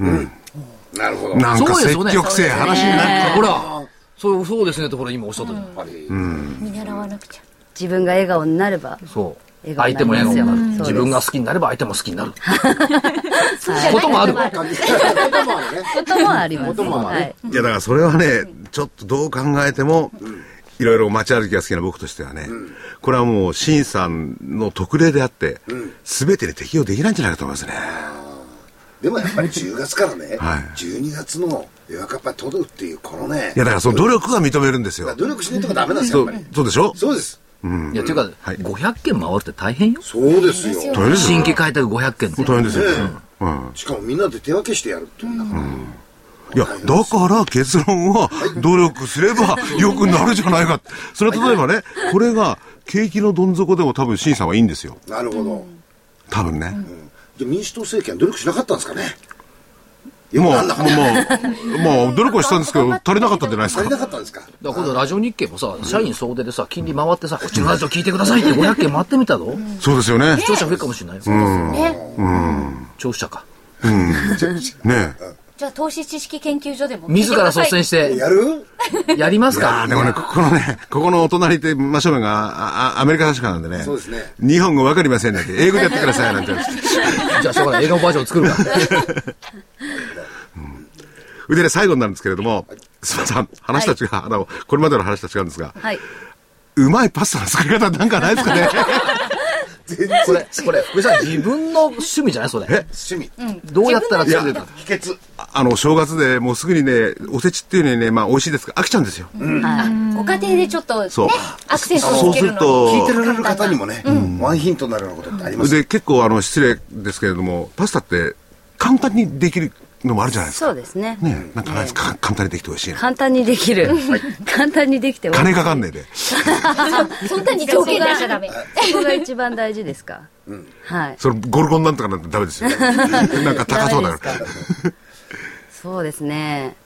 S4: なるほど。
S5: なんか
S3: そうです
S5: 積
S3: よね
S5: 極性話になっちゃう。
S3: ほら、そうそうですねってほら今おっしゃったじゃん
S2: 見習わなくちゃ。
S7: 自分が笑顔になれば
S3: そう。
S7: 笑
S3: 相手
S7: 顔
S3: も
S7: にな
S3: 笑
S7: り
S3: 顔になる。
S7: ますようん
S3: 自分が好きになれば相手も好きになる。
S7: そうじゃない
S3: こともある。
S4: こともあるね。
S7: こともあります、はい、
S5: いや、だからそれはね、ちょっとどう考えても、いろいろ街歩きが好きな僕としてはね、これはもう、シンさんの特例であって、すべてに適用できないんじゃないかと思いますね。
S4: でもやっぱり10月からね、
S5: はい
S4: 12月の予約がやっぱり取るっていう、このね、
S5: いや、だからその努力は認めるんですよ。
S4: 努力しないとダメなんです
S5: そ
S4: よ、や
S5: う
S4: っぱり。
S5: そうでしょ
S4: そうです。
S3: いや、というか、
S5: い
S3: 500件回るって大変よ。
S4: そうですよ。
S5: 大変です
S3: 新
S5: よ。
S3: 規開拓500件って。
S5: 大変ですよ。うんうん
S4: しかもみんなで手分けしてやるっていうんだから。
S5: いや、だから結論は、努力すれば良くなるじゃないか。それは例えばね、これが、景気のどん底でも多分、シンさんはいいんですよ。
S4: なるほど。
S5: 多分ね。
S4: で民主党政権は努力しなかったんですかね。
S5: もう、も
S4: なんだか
S5: う、もう、努力はしたんですけど、足りなかったんじゃないです
S4: 足り
S5: か。
S4: なかったんですか
S3: だから今度ラジオ日経もさ、社員総出でさ、金利回ってさ、こっちのラジオ聞いてくだ さいって500件回ってみたぞ。
S5: そうですよね。
S3: 視聴者増えるかもしれないよ。
S2: ね。
S3: 聴取者か。
S5: ね
S2: じゃあ、投資知識研究所でも。
S3: 自ら率先
S2: し
S3: して、
S4: やる
S3: やります
S5: いや
S3: か
S5: ーでもね、ここのね、ここのお隣って真正面がああアメリカ大使館なんでね、
S4: そうですね
S5: 日本語わかりませんなんて、英語でやってくださいなんて言われて。
S3: じゃあしょうがない、英語バージョン作るか。
S5: でね、最後になるんですけれども、すみません、話たちが、あの、これまでの話たちがあるんですが、
S7: はいう
S5: まいパスタの作り方なんかないです かね
S4: 全然
S3: これ、これ、上さん自分の趣味じゃないそれ。
S5: え
S4: 趣味。
S3: どうやったら作れるか。
S4: 秘訣。
S5: あの、正月でもうすぐにね、おせちっていうのにね、まあ美味しいですが、飽きちゃうんですよ。
S7: はい
S2: ご家庭でちょっと、ね
S5: そう、
S2: アクセス
S5: そ
S2: を
S5: う
S2: つけ
S5: す
S2: るの
S5: る
S2: に。
S5: と、
S4: 聞いてられる方にもね、ワンヒントになるようなことってあります。
S5: で、結構あの、失礼ですけれども、パスタって簡単にできるのもあるじゃないですか。
S7: そうですね
S5: ね、なんかないですか、簡単にできて美味しいな。
S7: 簡単にできる、 簡単にできても
S5: 金かかんねえで。
S2: そんなに上下出しちゃダ メ。
S7: そこが一番大事ですか、はい
S5: それ、ゴルゴンなんとかなんてダメです よ。なんか高そうだか
S7: ダメ
S5: ら
S7: で。そうですね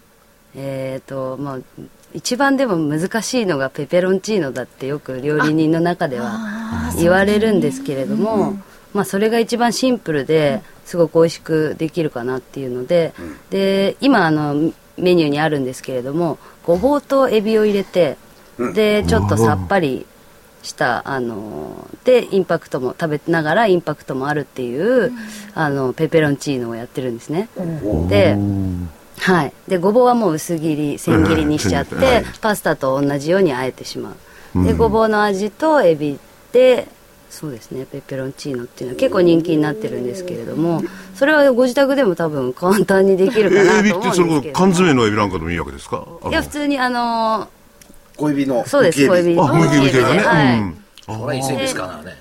S7: えっ、とまあ一番でも難しいのがペペロンチーノだってよく料理人の中では言われるんですけれども、まあ、それが一番シンプルですごく美味しくできるかなっていうので,、で今あのメニューにあるんですけれどもごぼうとエビを入れてでちょっとさっぱりしたあのでインパクトも食べながらインパクトもあるっていう、あのペペロンチーノをやってるんですね、ではい、でごぼうはもう薄切り千切りにしちゃって、
S5: うんはい
S7: パスタと同じようにあえてしまうでごぼうの味とエビでそうですねペペロンチーノっていうのは結構人気になってるんですけれどもそれはご自宅でも多分簡単にできるか
S5: えエビ
S7: な
S5: っ
S7: と思うん
S5: て
S7: で
S5: そ
S7: すけ
S5: れ
S7: れ
S5: こそ
S7: ど
S5: 缶
S7: も
S5: 詰のエビなんかでもいいわけですか
S7: いや普通にあの
S4: 小指の。
S7: そうです
S4: むきエビ
S7: 小
S5: あ、
S7: 指
S5: むきエビだね。
S7: はい
S5: うん
S3: これ伊勢ですからね。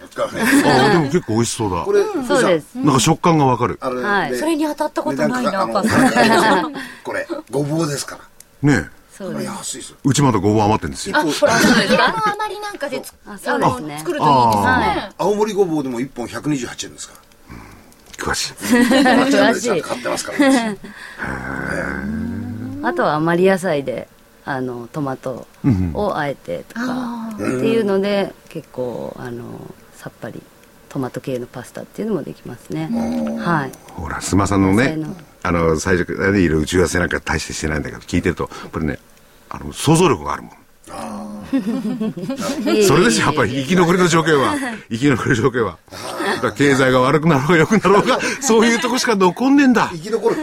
S5: あ、でも結構美味しそうだ
S4: こ。れ、
S7: そうです
S5: なんか食感がわかる。
S4: あれ、
S7: はい
S4: で
S2: それに当たったことないな、
S4: 値
S2: パス
S4: 段か
S2: タ。
S4: あのこれ、ごぼうですから。
S5: ねえ
S7: そう
S4: こ
S7: で
S4: れ
S7: す
S4: 安いですよ。
S5: うちまだごぼう余ってんですよ。
S2: あ、ほら、山の余りなんかでつ
S7: あそ
S2: あ
S7: うで
S2: の
S7: すね
S2: 作るといいですよ
S7: は
S2: ね。
S4: 青森ごぼうでも1本128円ですか
S5: 詳しい。
S4: ら。
S7: 詳し
S4: ちゃん
S7: い
S4: と買ってますからね。
S7: あとは余り野菜であのトマトをあえてとかっていうので結構あのさっぱりトマト系のパスタっていうのもできますねはい
S5: ほら、すまさんのね
S7: 野菜の、
S5: あの、最初からねいる打ち合わせなんか大してしてないんだけど、聞いてると、これね、あの、想像力があるもん。それですよ、やっぱり生き残りの条件 は。生き残りの条件は。だから経済が悪くなろうが良くなろうが、そういうとこしか残んねえんだ
S4: 生。き残る。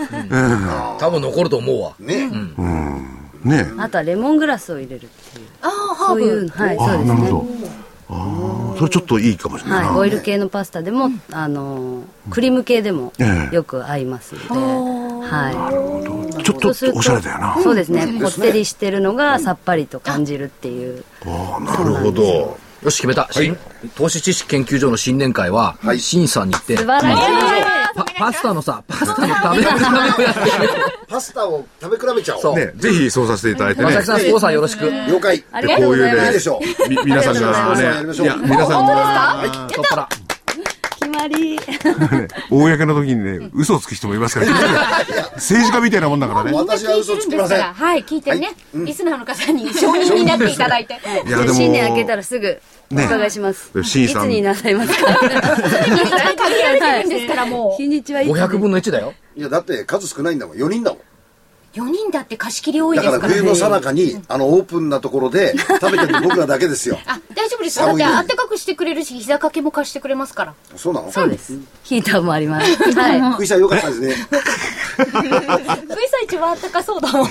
S3: 多分残ると思うわ。
S4: ね。
S5: ねえ。
S7: あとはレモングラスを入れるっていうそういうはい
S5: あ
S7: そう
S5: あ、
S7: です
S5: なる
S7: ね
S5: ほど。ああ、それちょっといいかもしれないな。
S7: はい、オイル系のパスタでも、あのクリーム系でも
S5: ええ
S7: よく合いますので、は
S5: ちょっ
S7: い、
S5: とおしゃれだよな。
S7: そうですねこってりしてるのがさっぱりと感じるっていう
S5: ああ、なるほど。
S3: よし、決めた。新投資知識研究所の新年会は、審査に行って、
S7: 素晴らしい
S3: パパスタのさ、パスタの食べ比べをやってみよ
S4: パスタを食べ比べちゃおう。
S3: そう
S5: ね、ぜひそうさせていただいて
S3: う。
S5: ね
S3: ま。さきさん、スポンサーよろしく。
S4: 了解。
S7: あり
S5: で
S7: がとう
S5: こ
S7: ご
S5: う
S7: ざい
S5: いう
S7: ま
S4: いいですしょう。
S5: ね、み皆さん
S7: あり
S4: がとう
S5: が
S4: ご
S5: ね、
S4: ざい
S5: いや、
S4: ます
S5: 皆さんがね
S3: 太っ腹。
S7: 決まり
S5: 公の時にね、嘘をつく人もいますから、政治家みたいなもんだ からね。
S4: 私は嘘つきません。
S2: はい、聞いてね、リスナーの方に承認になっていただ いて。
S5: いや、でも、
S7: 新年明けたらすぐお伺いします、
S5: ね
S7: いつ
S5: 新さん
S7: になさいますか
S2: 限られてるんですから、もう。
S7: 日にちはいつ
S3: 500分の1だよ。
S4: いや、だって数少ないんだもん。4人だもん。
S2: 4人だって貸し切り多い
S4: だ
S2: で
S4: から
S2: すからね
S4: 冬のさなかに、あの、オープンなところで食べてるの僕らだけですよ。
S2: あ大丈夫ですよだっ
S4: 寒い
S2: てあったかくしてくれるし膝掛けも貸してくれますから
S4: そうなの
S7: そうで。すヒーターもありますは
S4: 福井さんよかったですね。
S2: V サイチはあったかそうだもん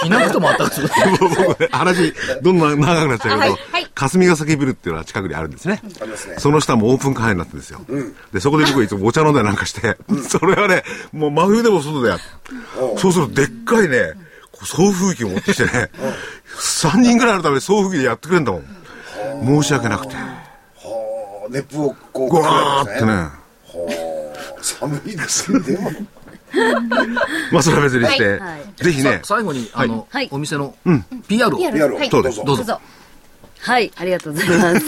S3: 着なくともあったかそうだよ
S5: 僕ね話、どんどん長くなっちゃうけど、
S2: はいはい
S5: 霞ヶ関ビルっていうのは近くにあるんですね。
S4: ありますね
S5: その下もオープン会になってるんですよ。で、そこで僕いつもお茶飲んだりなんかして、それはね、もう真冬でも外でやるそうするとでっかいね、こう送風機を持ってきてね、3人ぐらいのために送風機でやってくれんだもん。申し訳なくて。
S4: はあ、熱風をこう、
S5: ゴワーってね。
S4: 寒いですね。でも、
S5: まあ、それは別にして、
S7: はい
S5: ぜひね
S3: さ、最後に、あの
S7: はい、
S3: お店の PR を。
S4: リアルを
S2: はい
S5: そうです
S3: どう
S7: い
S3: ぞ。
S7: ぞはいありがとうございます、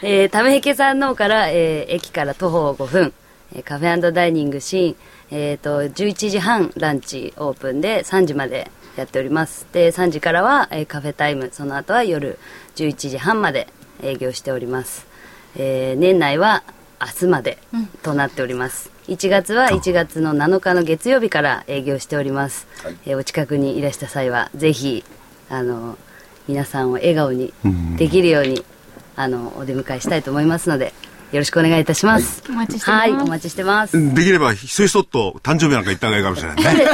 S7: えー、ためへけ山王から、えー駅から徒歩5分、ええーカフェダイニングシーン、えー、と11時半ランチオープンで3時までやっておりますで3時からは、えーカフェタイムその後は夜11時半まで営業しております、えー年内は明日までとなっております、1月は1月の7日の月曜日から営業しております、
S4: はい
S7: えーお近くにいらした際はぜひあの皆さんを笑顔にできるように、あのお出迎えしたいと思いますのでよろしくお願いいたします、
S8: お待ちして
S7: はい、
S8: ま
S7: お
S8: す。
S7: 待ちしてます。
S5: できれば、ひそひそっと誕生日なんか行った方がいいかもしれないね。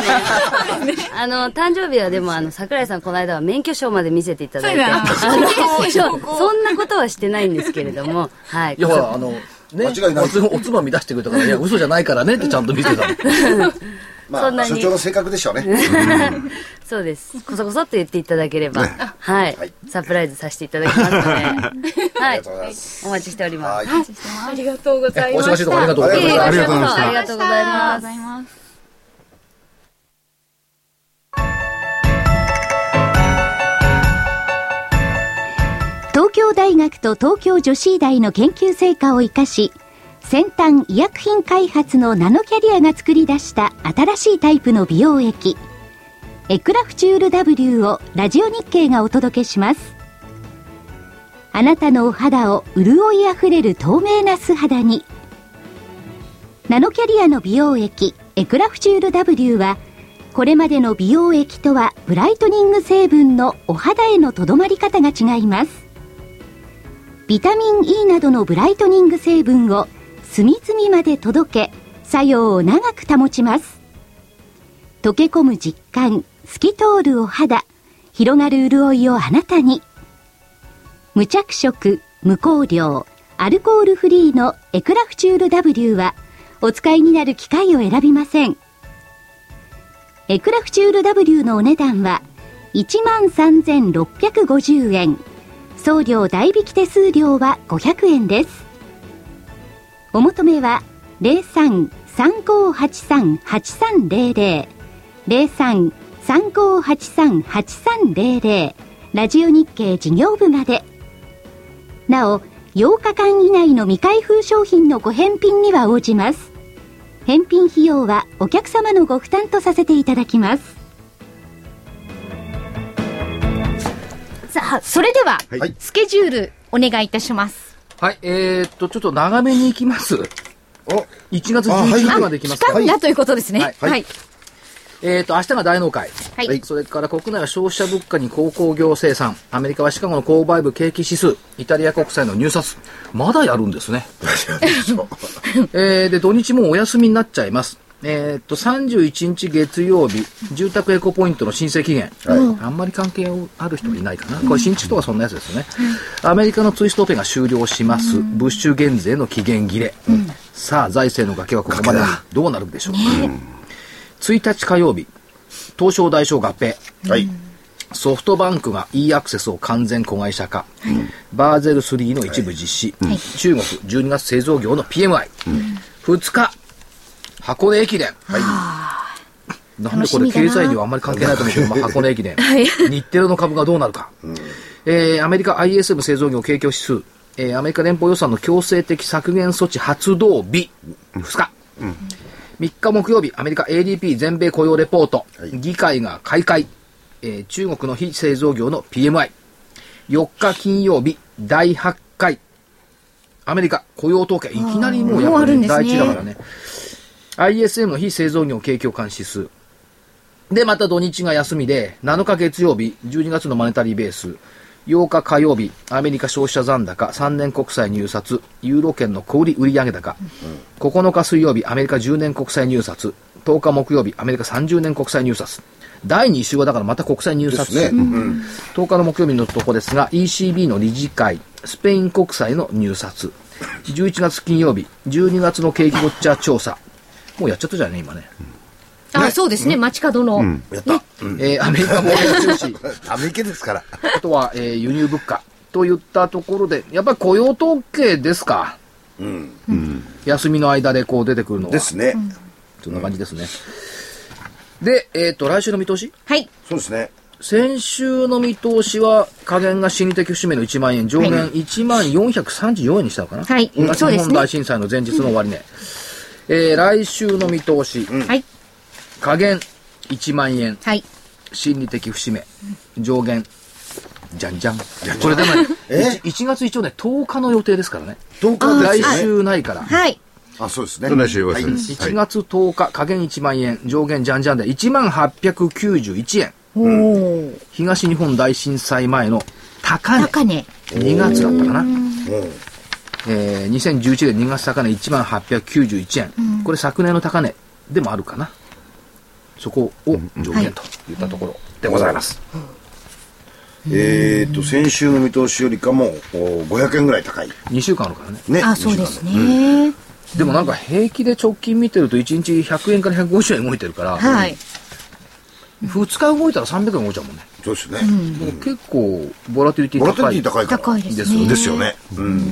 S7: あの、誕生日はでも、あの、桜井さん、この間は免許証まで見せていただいて、あ
S8: そ
S7: のそうそんなことはしてないんですけれども、はい。
S3: いや、ほら、あの、ね、
S4: 間違いない
S3: おつおつまみ出してくれたから、いや、嘘じゃないからねってちゃんと見てたの。
S4: ま
S7: そんな
S4: あ、
S7: に
S4: 所長の性格でしょうね。
S7: そうです。こそこそって言っていただければ、はい
S4: はい。
S7: サプライズさせていただきますので、
S4: あ
S7: は
S4: り
S7: い
S4: がとう。ございます。
S7: お待ちしております。
S4: はい。
S2: ありがとうござい
S3: お
S2: ま
S3: 忙しい
S2: し
S3: ところありが
S2: た
S3: とうございました
S5: ありがとうございました
S7: ありがとうございま
S8: ありがとうござい
S7: す。
S8: ます。
S6: 東京大学と東京女子医大の研究成果を生かし先端医薬品開発のナノキャリアが作り出した新しいタイプの美容液エクラフチュール W をラジオ日経がお届けしますあなたのお肌を潤いあふれる透明な素肌にナノキャリアの美容液エクラフチュール W はこれまでの美容液とはブライトニング成分のお肌へのとどまり方が違いますビタミン E などのブライトニング成分を隅々まで届け作用を長く保ちます溶け込む実感透き通るお肌広がる潤いをあなたに無着色無香料アルコールフリーのエクラフチュール W はお使いになる機会を選びませんエクラフチュール W のお値段は13,650円送料代引き手数料は500円ですお求めは03-3583-8300 03-3583-8300ラジオ日経事業部までなお8日間以内の未開封商品のご返品には応じます返品費用はお客様のご負担とさせていただきます
S2: さあそれでは、
S4: はい
S2: スケジュールお願いいたします
S3: はい、えー、っと、ちょっと長めに行きます。1
S4: お、
S3: 月
S4: あはい
S3: 11日まで行きますから。
S2: 期間がということですね
S3: はい
S4: はい
S3: えー、っと、明日が大納会。
S2: はい
S4: はい
S3: それから国内は消費者物価に鉱工業生産、アメリカはシカゴの購買部景気指数、イタリア国債の入札。まだやるんですね。 えー、で、土日もうお休みになっちゃいます。えー、っと、31日月曜日、住宅エコポイントの申請期限。あんまり関係ある人いないかな。これ新築とかそんなやつですよね。アメリカのツイストオペが終了します。物資減税の期限切れ。さあ、財政の崖はここまでにどうなるでしょうか。1日火曜日、東証大賞合併。
S4: はい。
S3: ソフトバンクが e アクセスを完全子会社化、バーゼル3の一部実施、中国12月製造業の PMI、2日、箱根駅伝、なんでこれ経済にはあんまり関係ないと思うけど、まあ、箱根駅 伝、日テレの株がどうなるか、えーアメリカ ISM 製造業景況指数、えーアメリカ連邦予算の強制的削減措置発動日、2日。3日木曜日、アメリカ ADP 全米雇用レポート、議会が開会、えー中国の非製造業の PMI、4日金曜日、第8回、アメリカ雇用統計、いきなりもうやっぱり第一だからね、ISM の非製造業景況感指数、で、また土日が休みで、7日月曜日、12月のマネタリーベース、8日火曜日、アメリカ消費者残高、3年国債入札、ユーロ圏の小売売上高、9日水曜日、アメリカ10年国債入札、10日木曜日、アメリカ30年国債入札、第2週はだからまた国債入
S4: で
S3: 札
S4: すね。うん
S3: 10日の木曜日のとこですが ECB の理事会スペイン国債の入札11月金曜日12月の景気ウォッチャー調査もうやっちゃったじゃんね今ね、
S2: あそうですね街角の、
S4: やった。
S3: えーアメリカも収 支
S4: ため池ですから。
S3: あとは、えー輸入物価といったところでやっぱり雇用統計ですか
S4: うん。
S3: 休みの間でこう出てくるのは
S4: ですね。
S3: そんな感じですね、で、えっと来週の見通し
S2: はい
S4: そうですね。
S3: 先週の見通しは下限が心理的節目の1万円上限1万434円にしたのかな、
S2: はい
S3: 東
S2: そう
S3: 日
S2: ですね
S3: 本大震災の前日の終値、えー来週の見通し、
S6: はい。
S3: 下限1万円、
S6: はい。
S3: 心理的節目、上限、じゃんじゃん。これでもね、
S4: え
S3: 1月一応ね、10日の予定ですからね。
S4: どうかで
S3: 来
S4: すよね
S3: 週ないから。
S6: はい。
S4: あそうですね
S5: 来週は
S4: はい
S5: そうです
S3: 1月10日、下限1万円、上限じゃんじゃんで1万891円。東日本大震災前の高値。
S6: 高値。
S3: 2月だったかな。えー、2011年2月高値1万891円、これ昨年の高値でもあるかな。そこを上限といったところでございます。
S4: えー、と先週の見通しよりかもお500円ぐらい高い
S3: 2週間あるからね。
S4: ね
S6: あ、そうですね。
S3: でもなんか平気で直近見てると1日100円から150円動いてるから、
S6: はい。
S3: 2日動いたら300円動いちゃうもんね。
S4: そうですね、
S3: 結構ボラティリティ
S4: ボラティ
S3: 高い。
S4: リティ高いから
S6: 高いです
S3: ですよ
S6: ね。
S4: ですよね、うん、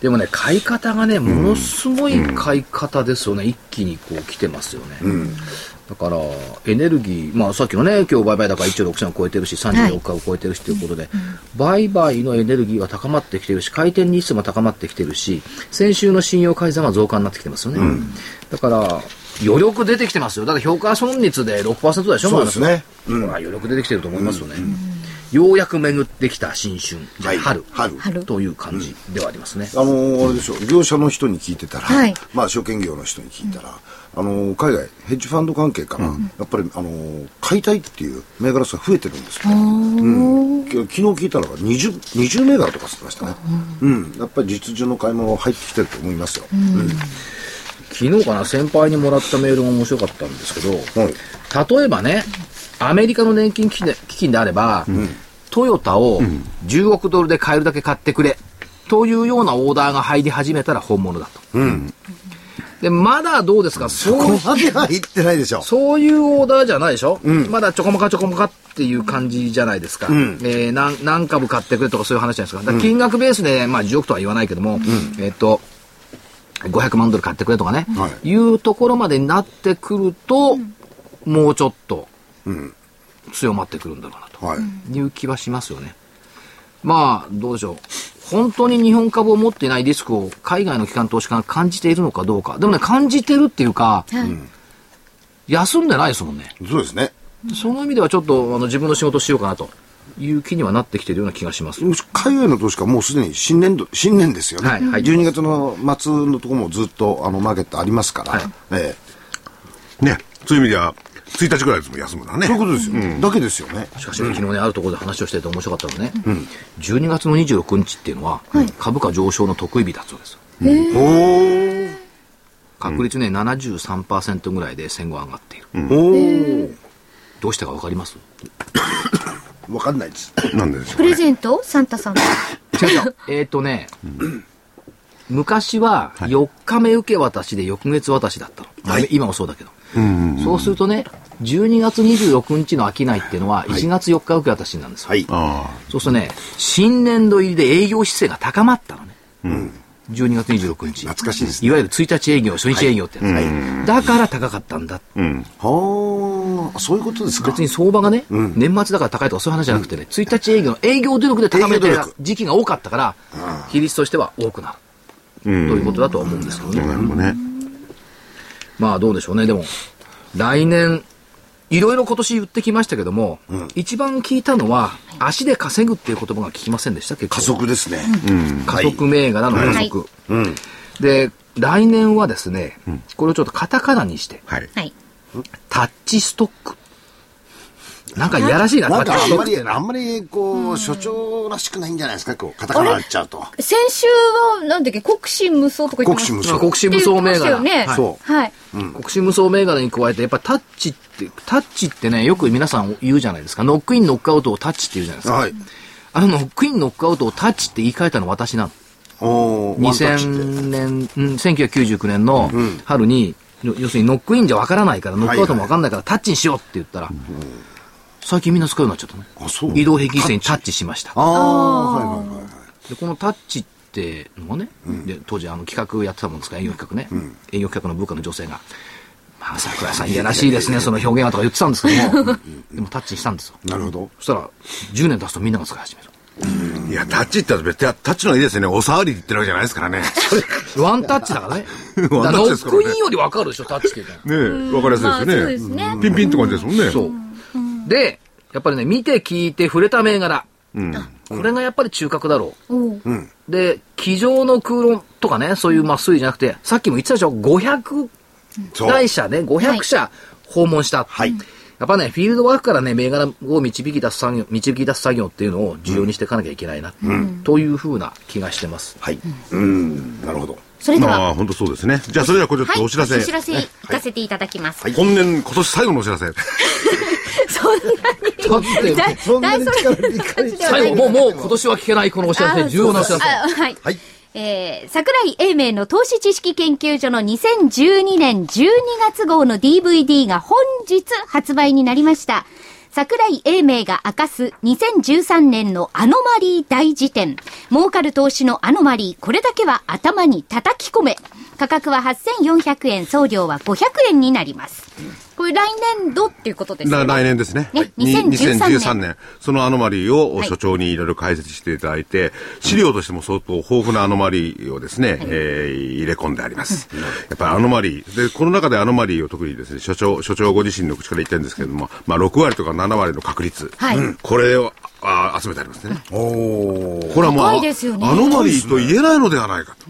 S3: でもね、買い方がね、ものすごい買い方ですよね。一気にこう来てますよね。だから、エネルギー、まあさっきのね、今日売買高1兆6000を超えてるし、34日を超えてるしということで、売買のエネルギーは高まってきてるし、回転日数も高まってきてるし、先週の信用改ざんは増加になってきてますよね。だから、余力出てきてますよ。だって評価損率で6%でしょ、
S4: そうですね
S3: まだほら余力出てきてると思いますよね。ようやく巡ってきた新春、じゃあ
S4: はい
S3: 春、
S4: 春
S3: という感じではありますね。
S4: あのーあれでしょ業者の人に聞いてたら、
S6: はい
S4: まあ証券業の人に聞いたら、あのー海外ヘッジファンド関係から、やっぱりあのー買いたいっていう銘柄数が増えてるんですよ、うん、き昨日聞いたのが 20, 20銘柄とかしてましたね、うんやっぱり実需の買い物が入ってきてると思いますよ、うん
S3: 昨日かな先輩にもらったメールが面白かったんですけ
S4: はい
S3: ど、例えばねアメリカの年金基金基金であれば、トヨタを10億ドルで買えるだけ買ってくれというようなオーダーが入り始めたら本物だと。でまだどうですかそう
S4: ここまでは行ってないでしょ
S3: そういうオーダーじゃないでしょ、まだちょこまかちょこまかっていう感じじゃないですか、えー何何株買ってくれとかそういう話じゃないですかだから金額ベースで、まあ、10億とは言わないけども、えっと500万ドル買ってくれとかね、、
S4: はい
S3: うところまでになってくると、もうちょっと強まってくるんだろうなと
S4: はい、
S3: いう気はしますよね。まあ、どうでしょう。本当に日本株を持っていないリスクを海外の機関投資家が感じているのかどうか。でもね、感じてるっていうか、休んでないですもんね。
S4: そうですね
S3: その意味ではちょっとあの自分の仕事をしようかなという気にはなってきているような気がします。
S4: 海外の投資家はもうすでに新年度、新年ですよね。
S3: はいはい
S4: 12月の末のところもずっとあのマーケットありますから。
S3: はい
S4: え
S5: ね、そういう意味では、1日ぐらいですもん休むのは
S4: え
S5: ね。
S4: そういうことですよ、だけですよね。
S3: しかし、昨日ね、あるところで話をしてて面白かったのはね、12月の26日っていうのは、株価上昇の得意日だそうです。確率ね、73%ぐらいで戦後上がっている。
S4: おー
S3: どうしたかわかります
S4: わかんないです。
S5: なんででしょ
S6: プ
S5: う
S6: レ
S5: ね。
S6: ゼントサンタさん。
S3: 違う違う。えっとね、昔は4日目受け渡しで翌月渡しだったの。今もそうだけど。そうするとね、12月26日の商いっていうのは1月4日受け渡しになるんですよ。
S4: はい。
S5: あ
S3: そうするとね、新年度入りで営業姿勢が高まったのね。12月26日。
S4: 懐かしいです
S3: いわゆる1日営業、初日営業ってやつ。だから高かったんだ。
S4: はあ、そういうことですか。
S3: 別に相場がね、年末だから高いとかそういう話じゃなくてね、1日営業の営業努力で高めて
S4: 営
S3: る
S4: 業努力
S3: 時期が多かったから、比率としては多くなる。ということだとは思うんですけどね。
S5: あ。なるほどね。
S3: まあどうでしょうね。でも、来年、いろいろ今年言ってきましたけども、一番聞いたのは、足で稼ぐっていう言葉が聞きませんでした結構
S4: 加速ですね。
S3: 加速銘柄の加速。で、来年はですね、これをちょっとカタカナにして、
S5: はい。
S6: はい。
S3: タッチストック。なんかいやらしいな、
S4: なん
S3: タ
S4: か
S3: ッチ
S4: あ
S3: ス
S4: ん
S3: トッ
S4: ま
S3: クって
S4: り、
S3: な
S4: あんまりこう、所長らしくないんじゃないですか、こう、カタカナになっちゃうと。
S2: 先週は、なんだっけ、国士無双とか言
S4: 国
S2: って
S4: 士
S2: ま
S4: 無
S2: し
S3: まあ
S4: 双。
S3: 国士無双銘柄。
S2: って言ってましたよね
S3: はい
S4: そう。
S2: た。はい。
S3: 国士無双銘柄に加えて、やっぱタッチって、タッチってね、よく皆さん言うじゃないですか。ノックイン、ノックアウトをタッチって言うじゃないですか。
S4: はい。
S3: あの、ノックイン、ノックアウトをタッチって言い換えたの私なの。
S4: おーワンタッチって
S3: 2000年、うん、1999年の春に、よ要するにノックインじゃわからないから、ノックアウトもわかんないから、タッチにしようって言ったら、最近みんな使うようになっちゃったね。
S4: あそう
S3: 移動平均線にタッチしました。
S4: ああ、はいはいはいはい。
S3: で、このタッチってのがね、で、当時あの企画やってたもんですから、営業企画ね、営業企画の部下の女性が、まあ、桜井さんいやらしいですね、その表現はとか言ってたんですけども、でもタッチにしたんですよ。
S4: なるほど。
S3: そしたら、10年経つとみんなが使い始める。
S5: いや、タッチって言ったら別に、タッチの方がいいですよね。お触りって言ってるわけじゃないですから ね。
S3: ワンタッチだ からね。だか
S5: ワ
S3: ら
S5: ンタ
S3: ノ
S5: ッチです
S3: ッ
S5: から
S3: ク
S5: ね
S3: インよりわかるでしょ、タッチって言ったら。
S5: ねえ、わかりやすいですよね。
S8: まあそうですね
S5: うんピンピンって感じですもんね。
S3: そう。で、やっぱりね、見て聞いて触れた銘柄。
S5: うん。
S3: これがやっぱり中核だろう。で、机上の空論とかね、そういうまあ推移じゃなくて、さっきも言ってたでしょ、500
S4: そう
S3: 台社ね、500社訪問した。やっぱね、フィールドワークからね、銘柄を導き出す作業、導き出す作業っていうのを重要にしていかなきゃいけないな、というふうな気がして ます。
S4: はい。うん、なるほど。
S6: それでは、
S5: まあ、本当そうですね。じゃあ、それではこれちょっ
S6: はい、
S5: とお知らせ。
S6: お知らせ行かせていただきます。
S5: 今年、今年最後のお知らせ。
S3: だって、
S4: そんなに力に感じ
S3: 最後、もう、もう今年は聞けないこのお知らせ、重要なお知らせ。
S6: あはい。
S4: はい
S6: えー、桜井英明の投資知識研究所の2012年12月号の DVD が本日発売になりました。桜井英明が明かす2013年のアノマリー大辞典。儲かる投資のアノマリー、これだけは頭に叩き込め。価格は8400円、送料は500円になります。これ来年度っていうことですよ
S5: な
S6: ね。
S5: 来年ですね。
S6: ね
S5: に
S6: 2013
S5: 2013年。そのアノマリーを
S6: はい
S5: 所長にいろいろ解説していただいて、資料としても相当豊富なアノマリーをですね、えー入れ込んであります。やっぱりアノマリー。で、この中でアノマリーを特にですね、所長、所長ご自身の口から言ってるんですけれども、まあ6割とか7割の確率。
S6: はい
S5: うんこれをあ集めてありますね。
S4: お
S5: これはもう、
S6: 高
S5: あ
S6: いですよね
S5: アノマリーと言えないのではないかと。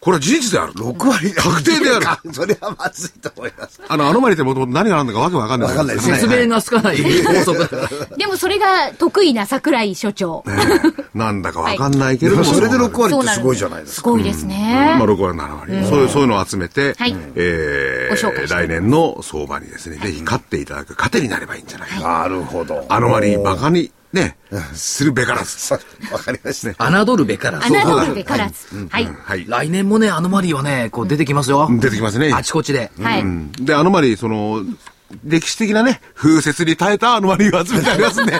S5: これは事実である。
S4: 6割
S5: 確定 である。
S4: それはまずいと思います。
S5: あの、アノマリーってもともと何があるのかわけわかんない。
S4: わかんないですね
S3: 説明がつかない法則。
S6: でもそれが得意な桜井所長。
S5: なんだかわかんないけれ
S4: で
S5: ども、
S4: もそれで6割
S6: そ
S4: っ
S6: う
S4: て
S6: なんで
S4: す
S6: す
S4: ごいじゃないです
S6: す
S4: か。
S6: ごいですね。
S5: まあ、6割、7割、そういうそういうのを集めて、
S6: はい
S5: え
S6: ご紹介し
S5: ー、
S6: て
S5: 来年の相場にですね、ぜひ勝っていただく糧になればいいんじゃないか、
S4: なるほど。
S5: あの割りバカにね、するべからず。
S4: さわかりました。
S3: 侮るべからず。
S6: 穴取るべからず。はい。
S5: はい。
S3: 来年もね、アノマリーはね、こう出てきますよ。
S5: 出てきますね。
S3: あちこちで。
S6: はい。
S5: うんで、アノマリー、その、歴史的なね、風雪に耐えたアノマリーを集めてありますん で、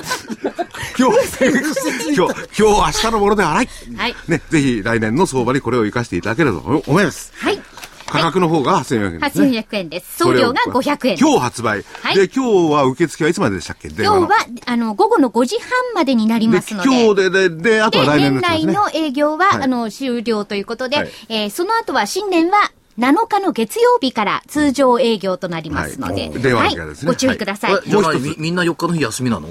S5: 今日、今日、今日、明日のものではない。
S6: はい
S5: ね、ぜひ来年の相場にこれを生かしていただければと思います。
S6: はい。
S5: 価格の方が8400円ですね。
S6: 8400円です。送料が500円。
S5: 今日発売。
S6: はい
S5: で、今日は受付はいつまででしたっけ電
S6: 今
S5: 話
S6: 日
S5: の
S6: は、あの、午後の5時半までになり
S5: で
S6: ますので。
S5: 今日で、で、で、あとは
S6: で、
S5: 来年のやつで
S6: 年内
S5: すね。
S6: の営業は、
S5: はい
S6: あの、終了ということで、
S5: はい
S6: えーその後は新年は、7日の月曜日から通常営業となりますので、
S5: はい電話の時間ですね
S6: ご注意ください。
S3: これじゃあみみんな4日の日休みなの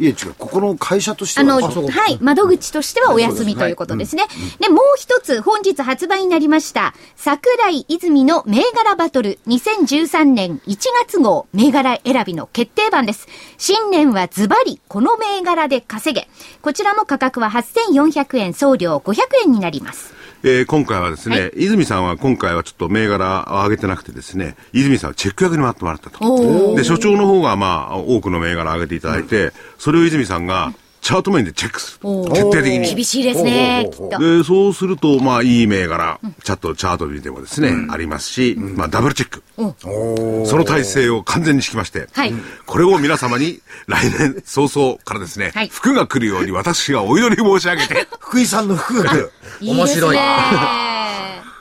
S4: いや違う、ここの会社として
S6: あの、
S4: はね、
S6: はい、窓口としてはお休みということですね。で、もう一つ、本日発売になりました、桜井泉の銘柄バトル2013年1月号銘柄選びの決定版です。新年はズバリ、この銘柄で稼げ。こちらも価格は8400円、送料500円になります。
S5: えー今回はですね、
S6: はい
S5: 泉さんは今回はちょっと銘柄を上げてなくてですね、泉さんはチェック役に回ってもらったと。で、所長の方がまあ、多くの銘柄上げていただいて、それを泉さんがチャート面でチェックする。徹底的に。
S6: 厳しいですね、きっと。
S5: で、そうすると、まあ、いい銘柄、チャット、チャートで見てもですね、ありますし、まあ、ダブルチェック。その体制を完全に敷きまして、
S6: はい
S5: これを皆様に来年早々からですね、
S6: はい
S5: 服が来るように私がお祈り申し上げ て、
S4: 福井さんの福君。
S6: いいです
S3: 面白い
S6: ね。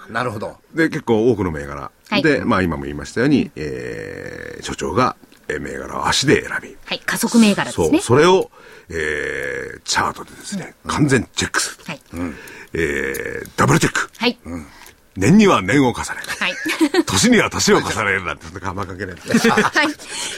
S4: なるほど。
S5: で、結構多くの銘柄。
S6: はい
S5: で、まあ、今も言いましたように、えー所長が、えー銘柄を足で選び、
S6: はい、加速銘柄です
S5: そう、
S6: ね。
S5: それを、えーチャートでですね、完全チェックする。
S6: はい。
S5: えーダブルチェック。
S6: はい。
S5: 年には年を重ねる。
S6: はい。
S5: 年には年を重ねるなんて、なん かあんま関係ないですね。
S6: はい。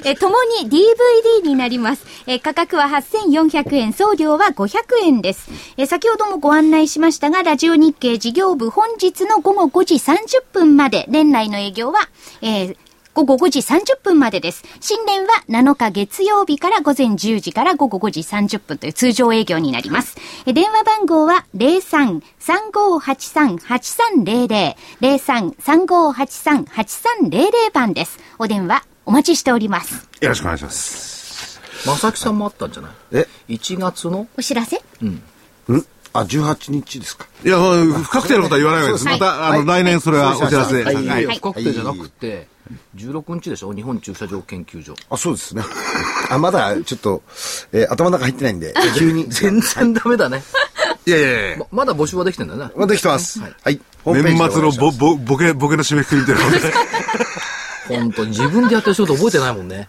S6: えー、ともに DVD になります。えー価格は8400円、送料は500円です。えー先ほどもご案内しましたが、ラジオ日経事業部本日の午後5時30分まで、年内の営業は、えー午後5時30分までです。新年は7日月曜日から午前10時から午後5時30分という通常営業になります。え電話番号は03-3583-8300、03-3583-8300番です。お電話お待ちしております。
S5: よろしくお願いします。
S3: 正木さんもあったんじゃない
S4: え
S3: ?1 月の
S6: お知らせ
S4: んあ、18日ですか。
S5: いや、まあ不確定なことは言わないわけです。
S6: は
S5: ま
S6: い
S5: た、あの、来年それはお知らせ。
S4: はい
S5: はい
S3: 不確定じゃなくて、16日でしょ日本駐車場研究所。
S4: あ、そうですね。 あ、まだちょっと、えー頭の中入ってないんで、急に。
S3: 全然ダメだね。
S5: いやいやい
S3: ま
S5: や
S3: まだ募集はできてんだよね。
S4: まあ、できてます。はい。ホームページ
S5: 年
S4: で
S5: 末のぼ、ぼ、ボケ、ボケの締めくくりみたいなので。
S3: 本当に自分でやってる仕事覚えてないもんね。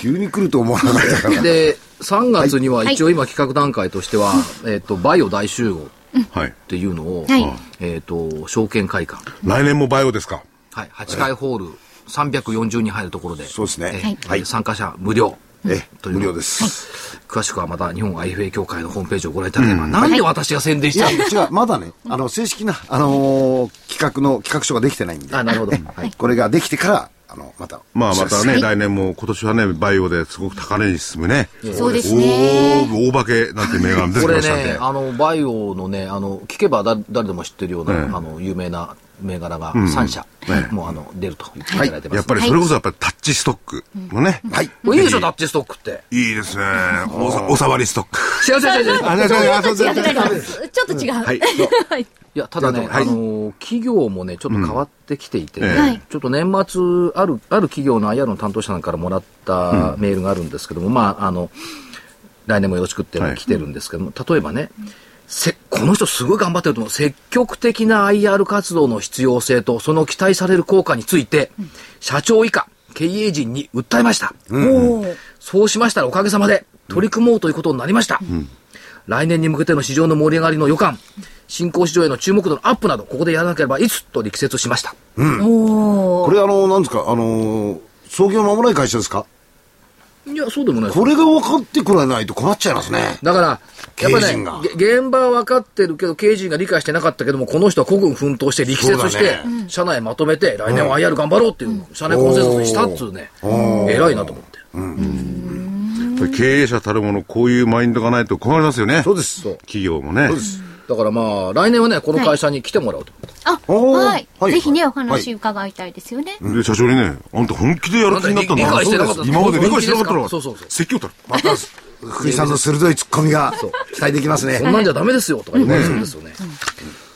S4: 急に来ると思わなかったから。
S3: で、 3月には一応今企画段階としては、えっと、バイオ大集合っ
S5: はい。
S3: ていうのを、
S6: はい
S3: えっと、証券会館、
S5: 来年もバイオですか。
S3: はい、8階ホール、340人入るところで、
S4: そうですね
S3: ええ
S4: はい
S3: 参加者無料。
S4: え
S3: という
S4: 無料です、
S3: 詳しくはまた日本 IFA 協会のホームページをご覧いただければ、なんで私が宣伝し
S4: い
S3: ちゃ
S4: や
S3: うの
S4: 違うまだねあの正式な、あのー企画の企画書ができてないんで
S3: あ、なるほど。
S4: はい、これができてからあのまた
S5: まあまたね、
S4: はい
S5: 来年も、今年はね、バイオですごく高値に進むね。
S6: そうですね
S5: おー大化けなんて銘柄も出
S3: こ
S5: てきま
S3: れ
S5: したんで。
S3: ね、あの、バイオのね、あの、聞けばだ誰でも知ってるような、
S5: ええ
S3: あの、有名な銘柄が3社、もう、あの、出ると言っていただいてます。
S5: やっぱりそれこそやっぱりタッチストックのね。はい。
S3: いいでしょ、タッチストックって。
S5: いいですね。おさおさわりストック。
S3: 違う違う違う違う。
S5: あ、違う違う
S2: 違くなり ますちょっと違う。
S5: はい。
S3: いや、ただね、あ
S5: はい
S3: のー、企業もね、ちょっと変わってきていてね、
S5: うんはい
S3: ちょっと年末、ある、ある企業の IR の担当者さんからもらったメールがあるんですけども、まあ、あの、来年もよろしくって
S5: はい
S3: 来てるんですけども、例えばね、せこの人すごい頑張ってると思う。積極的な IR 活動の必要性と、その期待される効果について、社長以下、経営陣に訴えました。そうしましたらおかげさまで取り組もうということになりました。来年に向けての市場の盛り上がりの予感、新興市場への注目度のアップなど、ここでやらなければいつと力説しました。
S4: これあのなんですかあのー創業間もない会社ですか
S3: いや、そうでもないです
S4: これが分かってくれないと困っちゃいますね
S3: だから、や
S4: 経営陣
S3: っ
S4: が
S3: ぱね、げ現場は分かってるけど、経営陣が理解してなかったけども、この人は孤軍奮闘して力説し
S4: そう
S3: て
S4: だ、
S3: 社内まとめて、来年は IR 頑張ろうっていう、社内コンセンサスにしたっつうね、偉いなと思って。
S5: やっぱり経営者たるもの、こういうマインドがないと困りますよね。
S4: そうですそう
S5: 企業もね。
S3: だからまあ、来年はね、この会社に来てもらうと。
S6: あ、
S4: おー
S6: はい
S4: は。い
S6: ぜひね、
S4: はい
S6: お話伺いたいですよね。
S5: で、社長にね、あんた本気でやる気になったんだ
S3: なんか理理解してなかった
S5: そうです今まで理解してなかっ
S3: 本気です
S5: た
S3: から
S5: ら、
S3: そうそうそう
S5: 説教たる。
S4: また福井さんの鋭いツッコミが期待できますね
S3: こんなんじゃダメですよとか言われるんですよね。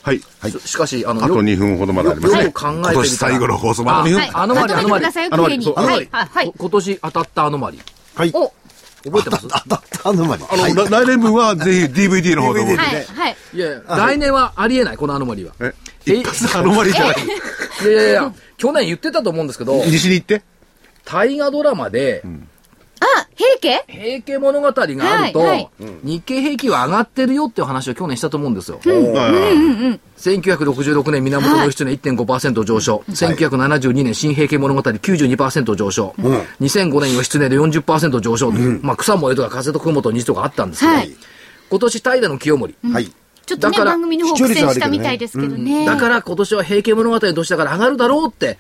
S5: はい。
S3: ししかし、あの、
S5: あと
S3: よ
S5: 2分ほどまでありますね。
S3: よく考えてみた
S5: 今
S3: ら
S5: 年最後の放送まで
S3: あ
S5: 2分。
S6: はい
S3: アノマリ、
S6: ま
S3: アノ
S6: とめ
S3: マ
S6: てく
S3: リ。
S6: ださいよ、
S3: アノマリ
S6: 綺麗
S3: そうアノ
S6: に。はい。
S3: マリ
S6: あはい
S3: こ。今年当たったアノマリ。
S4: はい
S6: お、
S3: 覚えてます
S4: 当たったのまで
S5: あの、ら来年分はぜひ DVD の方でも。
S4: DVD
S6: はい。はい。
S3: いやいや、来年はありえない、このアノマリは。
S5: え、
S3: え
S5: 一発アノマリじゃない。
S3: いやいやいや、去年言ってたと思うんですけど、
S5: 西に行って。
S3: 大河ドラマで、
S6: あ、平家
S3: 平家物語があると、
S6: はいはい
S3: 日経平均は上がってるよっていう話を去年したと思うんですよ。
S5: はい
S3: 1966年源義経1.5%上昇、1972年新平家物語92%上昇、2005年義経で40%上昇、まあ、草もえとか風と雲と虹とかあったんですけど、
S6: はい
S3: 今年平の清盛、
S4: はい
S6: ちょっとね、
S3: だから
S6: 番組の方苦戦したみたいですけどね。
S3: だから今年は平家物語の年だから上がるだろうって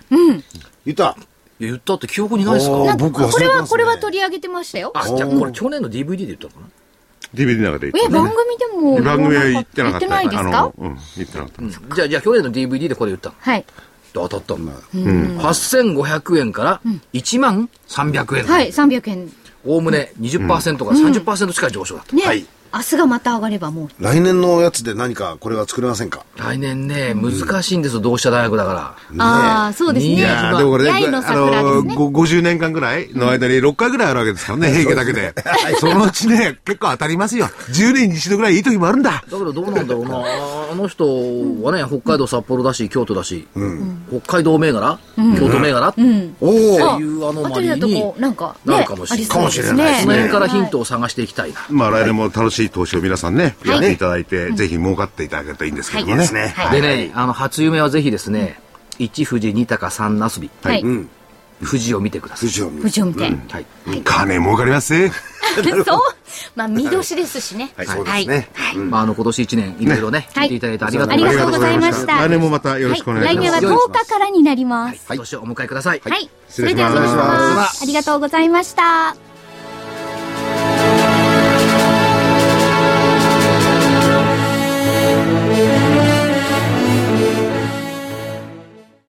S4: 言った
S3: 言ったって記憶にないですか
S4: おー
S6: なんか
S4: 僕忘れてます
S6: これ
S4: ね
S6: は、これは取り上げてましたよ。
S3: あじゃあこれ去年の DVD で言ったのかな
S5: DVD の中で
S6: え、
S5: 行
S6: 番組でも。
S5: って。番組は言ってなかった。
S6: 言ってないです
S5: あ
S6: か
S5: のうん、言ってなかった。
S3: じゃあじゃあ去年の DVD でこれ言ったの
S6: はい。
S3: 当たったんだ、8500円から1万300円、
S6: はい、300円。
S3: おおむね20%から30%近い上昇だと、
S6: ね。
S4: はい
S6: 明日がまた上がればもう。
S4: 来年のやつで何かこれは作れませんか
S3: 来年ね難しいんですよ同志社大学だから
S6: ああ、そうです
S3: い
S5: い
S6: ね。
S5: やーでもこれね、
S6: 八重の
S5: あ
S6: 桜
S5: の
S6: です
S5: ー、
S6: ね。
S5: ご50年間ぐらいの間に6回ぐらいあるわけですからね、平家だけで。そのうちね、結構当たりますよ。10年に一度ぐらいいい時もあるんだ。
S3: だけどどうなんだろう なあの人はね北海道札幌だし京都だし、北海道銘柄、京都銘柄、
S4: お
S3: っ
S4: お
S3: ていうアノ
S6: あ
S3: マ
S6: と
S3: リ
S6: でだと
S3: に
S6: こう、なんか、
S3: なる
S6: ね
S3: かも、し
S6: あ
S3: れな
S6: り
S3: い
S6: そうです
S4: かもしれないで
S6: ね
S4: す
S3: その
S4: ね
S3: 辺からヒントを探していきたいな、
S5: まあ来年も楽しい投資を皆さんね、やっていただいて、ぜひ儲かっていただけるといいんですけどもね。
S3: でねあの初夢はぜひですね一富士二鷹三なすび
S6: はい。
S3: 富士を見てください、
S4: 藤尾美
S6: 不純点。
S3: はい、
S5: 金儲かりますね。
S6: そうまあ、見年ですしね。はい。
S4: ね
S3: まあ、あの今年一年いろいろね
S6: は
S3: 聞
S6: い
S3: いていただいてありがと
S6: あ
S3: う
S6: り
S3: ございます、
S6: がとうございました。
S5: 来年もまたよろしくお願いし
S6: は
S5: ます。
S6: 来年は10日からになります。
S3: 今年をお迎えください、
S6: はい。
S5: 失
S6: そ
S5: 礼
S6: れ
S5: し
S6: で
S5: ます
S6: は失礼します。ありがとうございました。